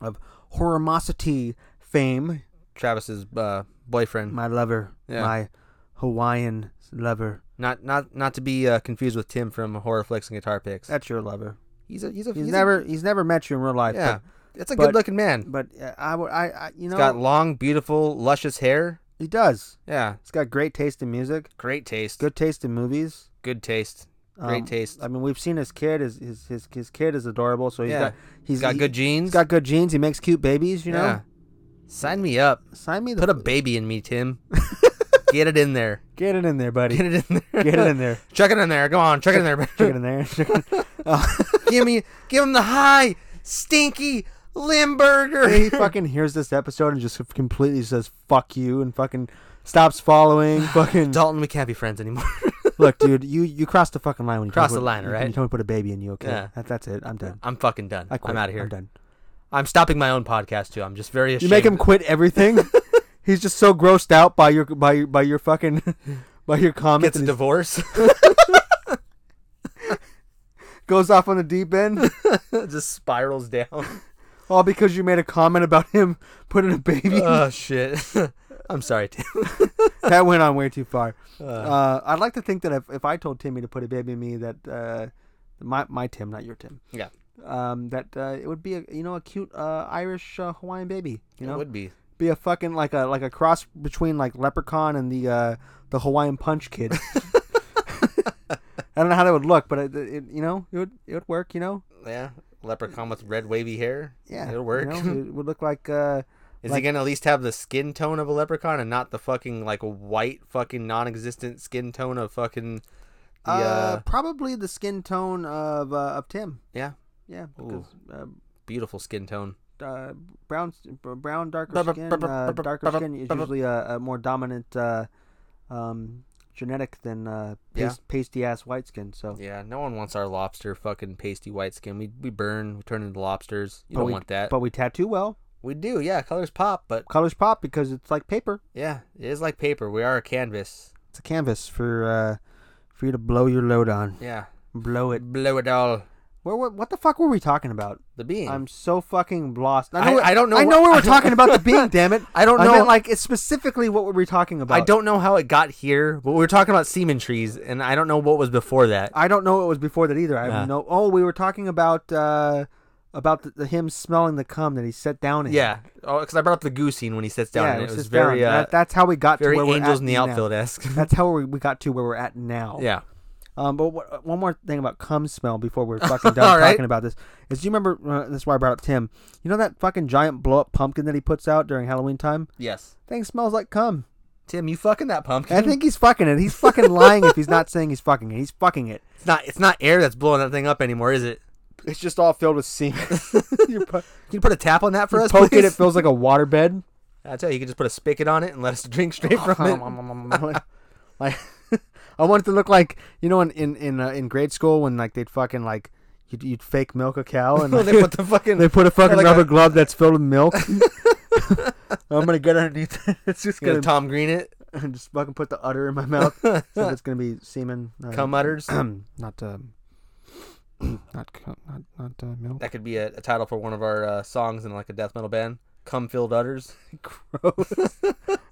A: of Hormosity fame,
B: Travis's uh, boyfriend.
A: my lover,
B: Yeah.
A: my Hawaiian lover.
B: Not not not to be uh, confused with Tim from Horror Flicks and Guitar Picks.
A: That's your lover.
B: He's a he's a
A: He's,
B: he's a-
A: never he's never met you in real life.
B: yeah. It's a
A: but-
B: good looking man.
A: But, but uh, I would I, I you know
B: He's got long, beautiful, luscious hair.
A: he does.
B: Yeah,
A: He's got great taste in music,
B: great taste. Good,
A: good taste in movies.
B: taste. Great
A: Um,
B: taste.
A: I mean, we've seen his kid. His his his, his kid is adorable. So he's
B: Yeah.
A: got he's
B: He's got
A: he-
B: good genes.
A: He's got good genes. He makes cute babies. You know.
B: Yeah. Sign me up.
A: Sign me the
B: Put a baby in me, Tim. Get it in there.
A: Get it in there,
B: Get
A: buddy.
B: it in there.
A: Get it in there.
B: Chuck it in there. Go on. Chuck it in there.
A: Check it in there. Check it- Oh,
B: give me. Give him the high, stinky
A: he
B: Limburger.
A: fucking hears this episode and just completely says "fuck you" and fucking stops following. Fucking
B: Dalton, we can't be friends anymore.
A: look, dude, you you crossed the fucking line when you told
B: Crossed
A: me
B: the
A: put-
B: line,
A: when
B: right?
A: You told me to put a baby in you. Okay,
B: Yeah.
A: that, that's it. I'm done.
B: I'm fucking done.
A: I quit.
B: I'm out of here.
A: I'm
B: I'm,
A: done.
B: stopping my own podcast too. I'm just very
A: You
B: ashamed.
A: make him quit everything. He's just so grossed out by your by your by your fucking by your
B: gets
A: comments.
B: a
A: And he
B: divorce.
A: goes off on the deep end,
B: just spirals down.
A: all because you made a comment about him putting a baby.
B: oh shit. I'm sorry, Tim.
A: that went on way too far.
B: Uh,
A: Uh, I'd like to think that if, if I told Timmy to put a baby in me, that uh, my my Tim, not your Tim,
B: yeah.
A: um, that uh, it would be a you know a cute uh, Irish uh, Hawaiian baby, you know,
B: it would be.
A: be a fucking like a like a cross between like Leprechaun and the uh, the Hawaiian Punch Kid. I don't know how that would look, but it, it you know it would it would work, you know.
B: Yeah. Leprechaun with red wavy hair.
A: Yeah,
B: It'll work.
A: You know? It would look like uh,
B: Is
A: like-
B: he gonna at least have the skin tone of a leprechaun and not the fucking like white fucking non existent skin tone of fucking the uh,
A: uh, probably the skin tone of uh, of Tim.
B: Yeah.
A: Yeah,
B: Ooh.
A: because uh,
B: beautiful skin tone.
A: uh, brown brown darker
B: Ba- ba-
A: skin
B: ba- ba-
A: uh,
B: ba- ba-
A: darker
B: ba- ba-
A: skin is
B: ba- ba-
A: usually a, a more dominant uh, um, genetic than uh,
B: Yeah.
A: pas- pasty ass white skin. So
B: Yeah, no one wants our lobster fucking pasty white skin. We we burn, we turn into lobsters. You
A: But
B: don't
A: we-
B: want that.
A: but we tattoo well.
B: we do, yeah, colors pop, but
A: Colors pop because it's like paper.
B: yeah, it is like paper. We are a canvas.
A: It's a canvas for uh, for you to blow your load on.
B: Yeah.
A: Blow it.
B: Blow it all.
A: Where, what, what the fuck were we talking about?
B: The being.
A: I'm so fucking lost.
B: I- I don't know
A: I
B: wh-
A: know we were talking about the being. Damn it!
B: I don't
A: I
B: know.
A: meant like it's specifically what were we talking about?
B: I don't know how it got here, but we were talking about semen trees, and I don't know what was before that.
A: I don't know what was before that either. I have
B: Yeah.
A: no. Oh, we were talking about uh about the, the him smelling the cum that he set down. In.
B: yeah, oh, because I brought up the goose scene when he sits down.
A: yeah.
B: and it was,
A: just
B: very,
A: down.
B: uh,
A: that, that's how we got
B: very
A: to where we're at
B: angels in the
A: now.
B: outfield esque.
A: That's how we, we got to where we're at now.
B: yeah,
A: Um, but what, one more thing about cum smell before we're fucking done
B: All right.
A: talking about this is do you remember? Uh, that's why I brought up Tim. You know that fucking giant blow up pumpkin that he puts out during Halloween time?
B: yes.
A: Thing smells like cum.
B: Tim, you fucking that pumpkin.
A: I think he's fucking it. He's fucking lying if he's not saying he's fucking it. He's fucking it.
B: it's not. It's not air that's blowing that thing up anymore, is it?
A: It's just all filled with semen. you po-
B: Can you put a tap on that for
A: you
B: us,
A: poke it,
B: please?
A: it feels like a water bed.
B: I tell you, you can just put a spigot on it and let us drink straight
A: Oh,
B: from it.
A: like, I want it to look like you know in in in, uh, in grade school when like they'd fucking like you'd, you'd fake milk a cow and
B: they put the fucking.
A: They put a fucking
B: like
A: rubber
B: a-
A: glove that's filled with milk. I'm gonna get underneath it. It's just
B: you know,
A: gonna
B: Tom Green it.
A: and just fucking put the udder in my mouth. so it's gonna be semen. Uh,
B: Cum udders.
A: not um, not cum, not not uh, milk.
B: That could be a, a title for one of our uh, songs in like a death metal band. Cum filled udders.
A: Gross.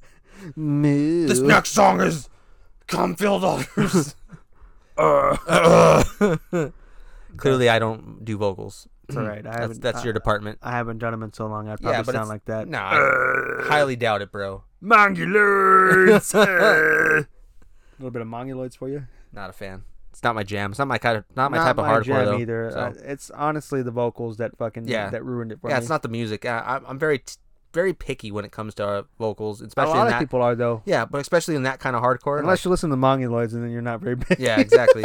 A: Moo.
B: song is cum filled udders. Clearly, I don't do vocals.
A: Uh. It's all right. I
B: That's,
A: haven't.
B: that's
A: I,
B: your department.
A: I haven't done them in so long. I'd
B: Yeah,
A: probably
B: but
A: sound
B: it's-
A: like that. Uh.
B: Nah, I highly doubt it, bro.
A: Mongoloids. a little bit of mongoloids for you.
B: Not a fan. It's not my jam. It's not my kind of not my type of hardcore
A: jam
B: though.
A: either.
B: so.
A: Uh, it's honestly the vocals that fucking
B: Yeah.
A: that ruined it for
B: yeah,
A: me.
B: it's not the music. I, I'm- I'm very t- very picky when it comes to uh, vocals,
A: a
B: especially in
A: lot of
B: that.
A: people are though.
B: Yeah, but especially in that kind of hardcore.
A: Unless you listen to Mongoloids and then you're not very big.
B: like- yeah, exactly.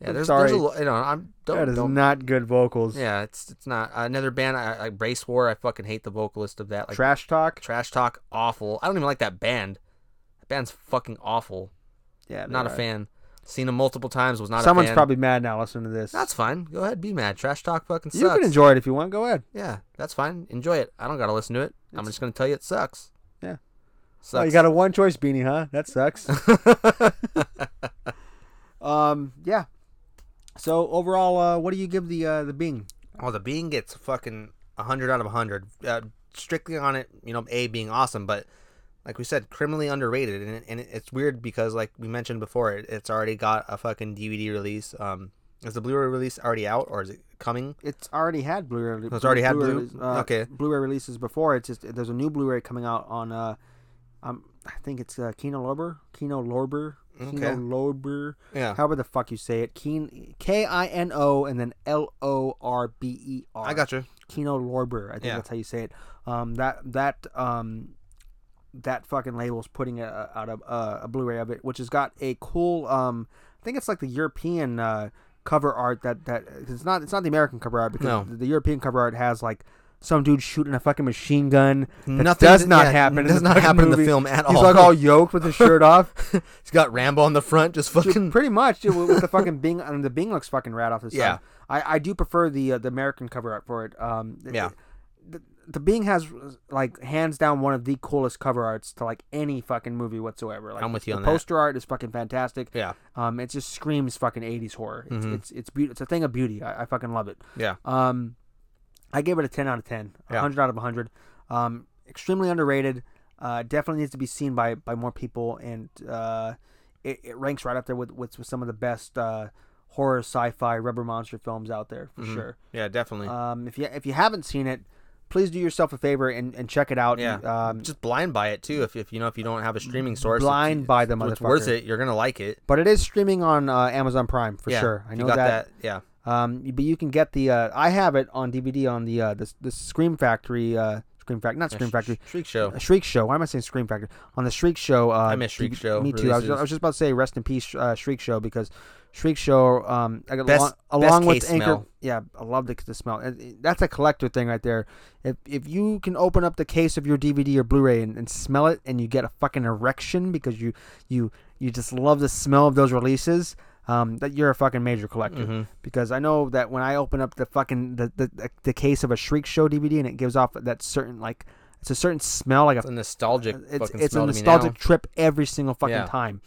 B: Yeah,
A: I'm
B: there's,
A: sorry.
B: there's a lo- you know I'm don't,
A: that is
B: don't-
A: not good vocals.
B: yeah it's it's not another band I, I Brace War I fucking hate the vocalist of that like
A: Trash talk.
B: Trash Talk awful I don't even like that band that band's fucking awful
A: Yeah,
B: not a
A: they are.
B: fan seen them multiple times was not
A: Someone's
B: a fan.
A: probably mad now listening to this.
B: That's fine. Go ahead, be mad. Trash talk fucking sucks.
A: you can enjoy it if you want. Go ahead.
B: Yeah, that's fine. Enjoy it. I don't gotta listen to it. I'm just gonna tell you it sucks.
A: Yeah.
B: Sucks.
A: Oh, you got a one choice beanie, huh? That sucks. um, yeah. So overall, uh, what do you give the uh, the Bing?
B: oh, the bean gets fucking hundred out of hundred. Uh, strictly on it, you know, a being awesome, but like we said, criminally underrated, and, it- and it- it's weird because like we mentioned before, it, it's already got a fucking DVD release. Um, is the Blu-ray release already out or is it coming?
A: It's already had Blu-ray.
B: It's already had
A: Blu-ray
B: Blu-
A: release- uh,
B: okay.
A: Blu-ray releases before. It's just there's a new Blu-ray coming out on. Uh, um, I think it's uh, Kino Lorber. Kino Lorber. Kino
B: Okay.
A: Lorber.
B: Yeah.
A: However the fuck you say it. Keen. K I N O and then L O R B E R.
B: I got you.
A: Kino Lorber. I think
B: Yeah.
A: that's how you say it. Um, that that um, that fucking label's putting a, a- out of uh, a Blu-ray of it, which has got a cool. Um, I think it's like the European uh, cover art that that 'cause it's not it's not the American cover art because
B: No.
A: the European cover art has like some dude shooting a fucking machine gun. That
B: Nothing
A: does
B: d-
A: not
B: yeah,
A: happen. in
B: Does
A: the
B: not
A: fucking
B: happen in the
A: movie.
B: film at
A: He's
B: all.
A: like all yoked with his shirt off.
B: He's got Rambo on the front, just fucking.
A: Pretty much dude, with with the fucking Bing and the Bing looks fucking rad off his
B: Yeah.
A: side. I, I do prefer the uh, the American cover art for it. Um, th-
B: Yeah.
A: The, the Bing has like hands down one of the coolest cover arts to like any fucking movie whatsoever. Like
B: I'm with you
A: the
B: on that.
A: poster art is fucking fantastic.
B: Yeah.
A: Um, it just screams fucking 80s horror. It's
B: Mhm.
A: it's it's, beautiful. it's a thing of beauty. I, I fucking love it.
B: Yeah.
A: Um, I gave it a 10 out of 10, a
B: Yeah.
A: 100 out of 100. Um, extremely underrated. Uh, definitely needs to be seen by, by more people, and uh, it, it ranks right up there with, with, with some of the best uh, horror, sci-fi, rubber monster films out there for
B: Mhm.
A: sure.
B: Yeah, definitely.
A: Um, if you if you haven't seen it, please do yourself a favor and, and check it out.
B: Yeah.
A: Um,
B: just blind buy it too. If, if you know if you don't have a streaming source,
A: blind by the
B: it's, it's
A: motherfucker.
B: worth it. You're gonna like it
A: But it is streaming on uh, Amazon Prime for
B: Yeah,
A: sure. I
B: if
A: know
B: you got
A: that.
B: that. Yeah,
A: Um, but you can get the uh, I have it on DVD on the uh, the, the Scream Factory uh, Scream Factory not Scream
B: Sh-
A: Factory
B: Shriek Show.
A: uh, Shriek Show. Why am I saying Scream Factory on the Shriek Show? Uh, I
B: miss Shriek Show
A: Me too. I was,
B: releases.
A: I was just about to say rest in peace uh, Shriek Show because Shriek Show um I got
B: Best-
A: along,
B: best
A: along with
B: case
A: Anchor.
B: smell.
A: Yeah, I love the, the smell. And it- That's a collector thing right there. If if you can open up the case of your DVD or Blu-ray and, and smell it and you get a fucking erection because you you you just love the smell of those releases. Um, that you're a fucking major collector
B: Mhm.
A: because I know that when I open up the fucking the, the, the, the case of a Shriek Show DVD and it gives off that certain like it's a certain smell like a
B: It's a nostalgic.
A: Uh, it's
B: fucking
A: it's a
B: smell to me
A: nostalgic
B: now.
A: trip every single fucking
B: Yeah.
A: time.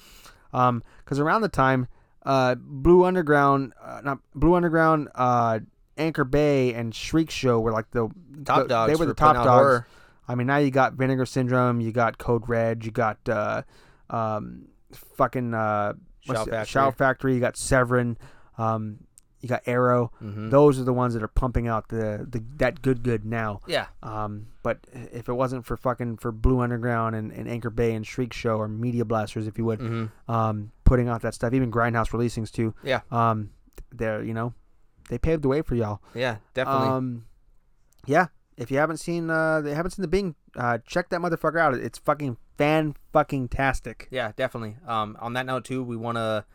A: Um, because around the time uh, Blue Underground, uh, not Blue Underground, uh, Anchor Bay, and Shriek Show were like the
B: Top
A: the-
B: dogs.
A: They were the
B: for putting
A: top
B: out
A: dogs.
B: horror.
A: I mean, now you got Vinegar Syndrome, you got Code Red, you got uh, um, fucking uh, what's
B: Shout
A: it-
B: Factory.
A: Shout Factory, you got Severin, um, you got Arrow.
B: Mhm.
A: Those are the ones that are pumping out the, the that good good now.
B: Yeah.
A: Um, but if it wasn't for fucking for Blue Underground and, and Anchor Bay and Shriek Show or Media Blasters, if you would,
B: Mhm.
A: um, putting out that stuff, even Grindhouse releasings too.
B: Yeah.
A: Um, they're you know, they paved the way for y'all.
B: Yeah. Definitely.
A: Um, yeah. If you haven't seen, uh, they haven't seen the Bing, uh, check that motherfucker out. It's fucking fan fucking tastic.
B: Yeah, definitely. Um, on that note too, we want to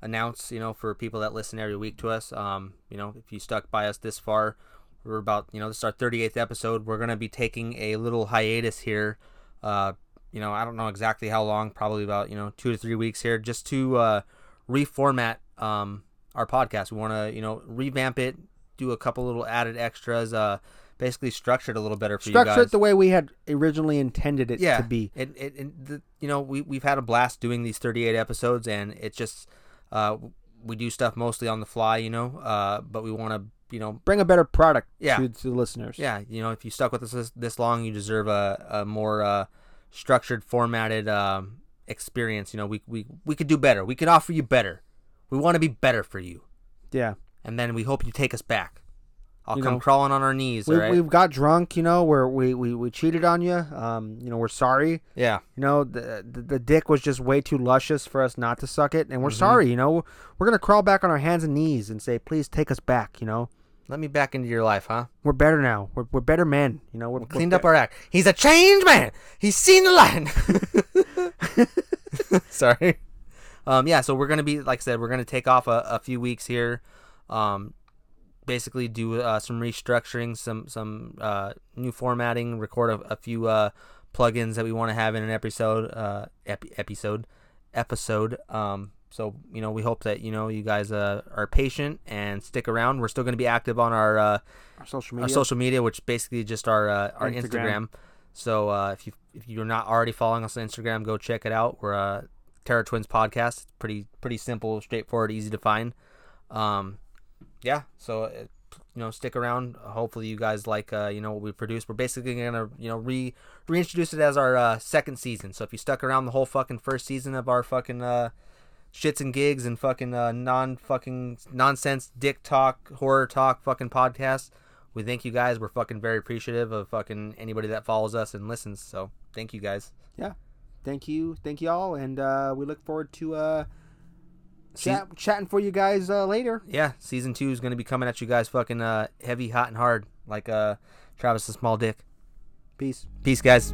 B: announce, you know, for people that listen every week to us, um, you know, if you stuck by us this far, we're about, you know, this is our 38th episode. We're gonna be taking a little hiatus here. Uh, you know, I don't know exactly how long, probably about you know two to three weeks here, just to uh, reformat um, our podcast. We want to, you know, revamp it, do a couple little added extras, uh, basically structured a little better for you guys.
A: Structure it the way we had originally intended it
B: yeah,
A: to be.
B: It, it, it the, you know, we we've had a blast doing these 38 episodes, and it's just uh, we do stuff mostly on the fly, you know. Uh, but we want to, you know,
A: Bring a better product
B: Yeah.
A: to, to the listeners.
B: yeah, you know, if you stuck with us this, this long, you deserve a, a more uh, structured, formatted um, experience. You know, we, we we could do better. We could offer you better. We want to be better for you,
A: Yeah.
B: and then we hope you take us back. I'll
A: You
B: come
A: know,
B: crawling on our knees, all
A: We,
B: right?
A: We've got drunk, you know, where we, we, we cheated on you. Um, you know, we're sorry.
B: yeah,
A: You know, the, the the dick was just way too luscious for us not to suck it, and
B: Mm-hmm.
A: we're sorry. You know, we're gonna crawl back on our hands and knees and say, please take us back. You know,
B: let me back into your life, huh?
A: we're better now. We're, we're better men. You know, we're, we're
B: cleaned
A: be-
B: up our act. He's a changed man. He's seen the light. Sorry. Um, yeah, so we're gonna be like I said, we're gonna take off a, a few weeks here. Um, basically do uh, some restructuring, some some uh, new formatting, record a, a few uh, plugins that we want to have in an episode uh, epi- episode episode. Um, so you know, we hope that you know you guys uh, are patient and stick around. We're still gonna be active on our. Uh,
A: our social
B: our
A: media.
B: social media, which basically is just our uh, our Instagram.
A: Instagram.
B: So uh, if you if you're not already following us on Instagram, go check it out. We're uh, Terra Twins podcast. It's pretty pretty simple, straightforward, easy to find. Um, yeah. So uh, you know, stick around. Hopefully, you guys like uh, you know what we produce. We're basically gonna you know re reintroduce it as our uh, second season. So if you stuck around the whole fucking first season of our fucking uh, shits and gigs and fucking uh, non fucking nonsense dick talk horror talk fucking podcast. We thank you guys. We're fucking very appreciative of fucking anybody that follows us and listens. So thank you guys.
A: Thank you, thank you all, and uh, we look forward to uh, chat, chatting for you guys uh, later.
B: Yeah, season two is gonna be coming at you guys fucking uh, heavy, hot, and hard like uh, Travis the Small Dick.
A: Peace.
B: Peace, guys.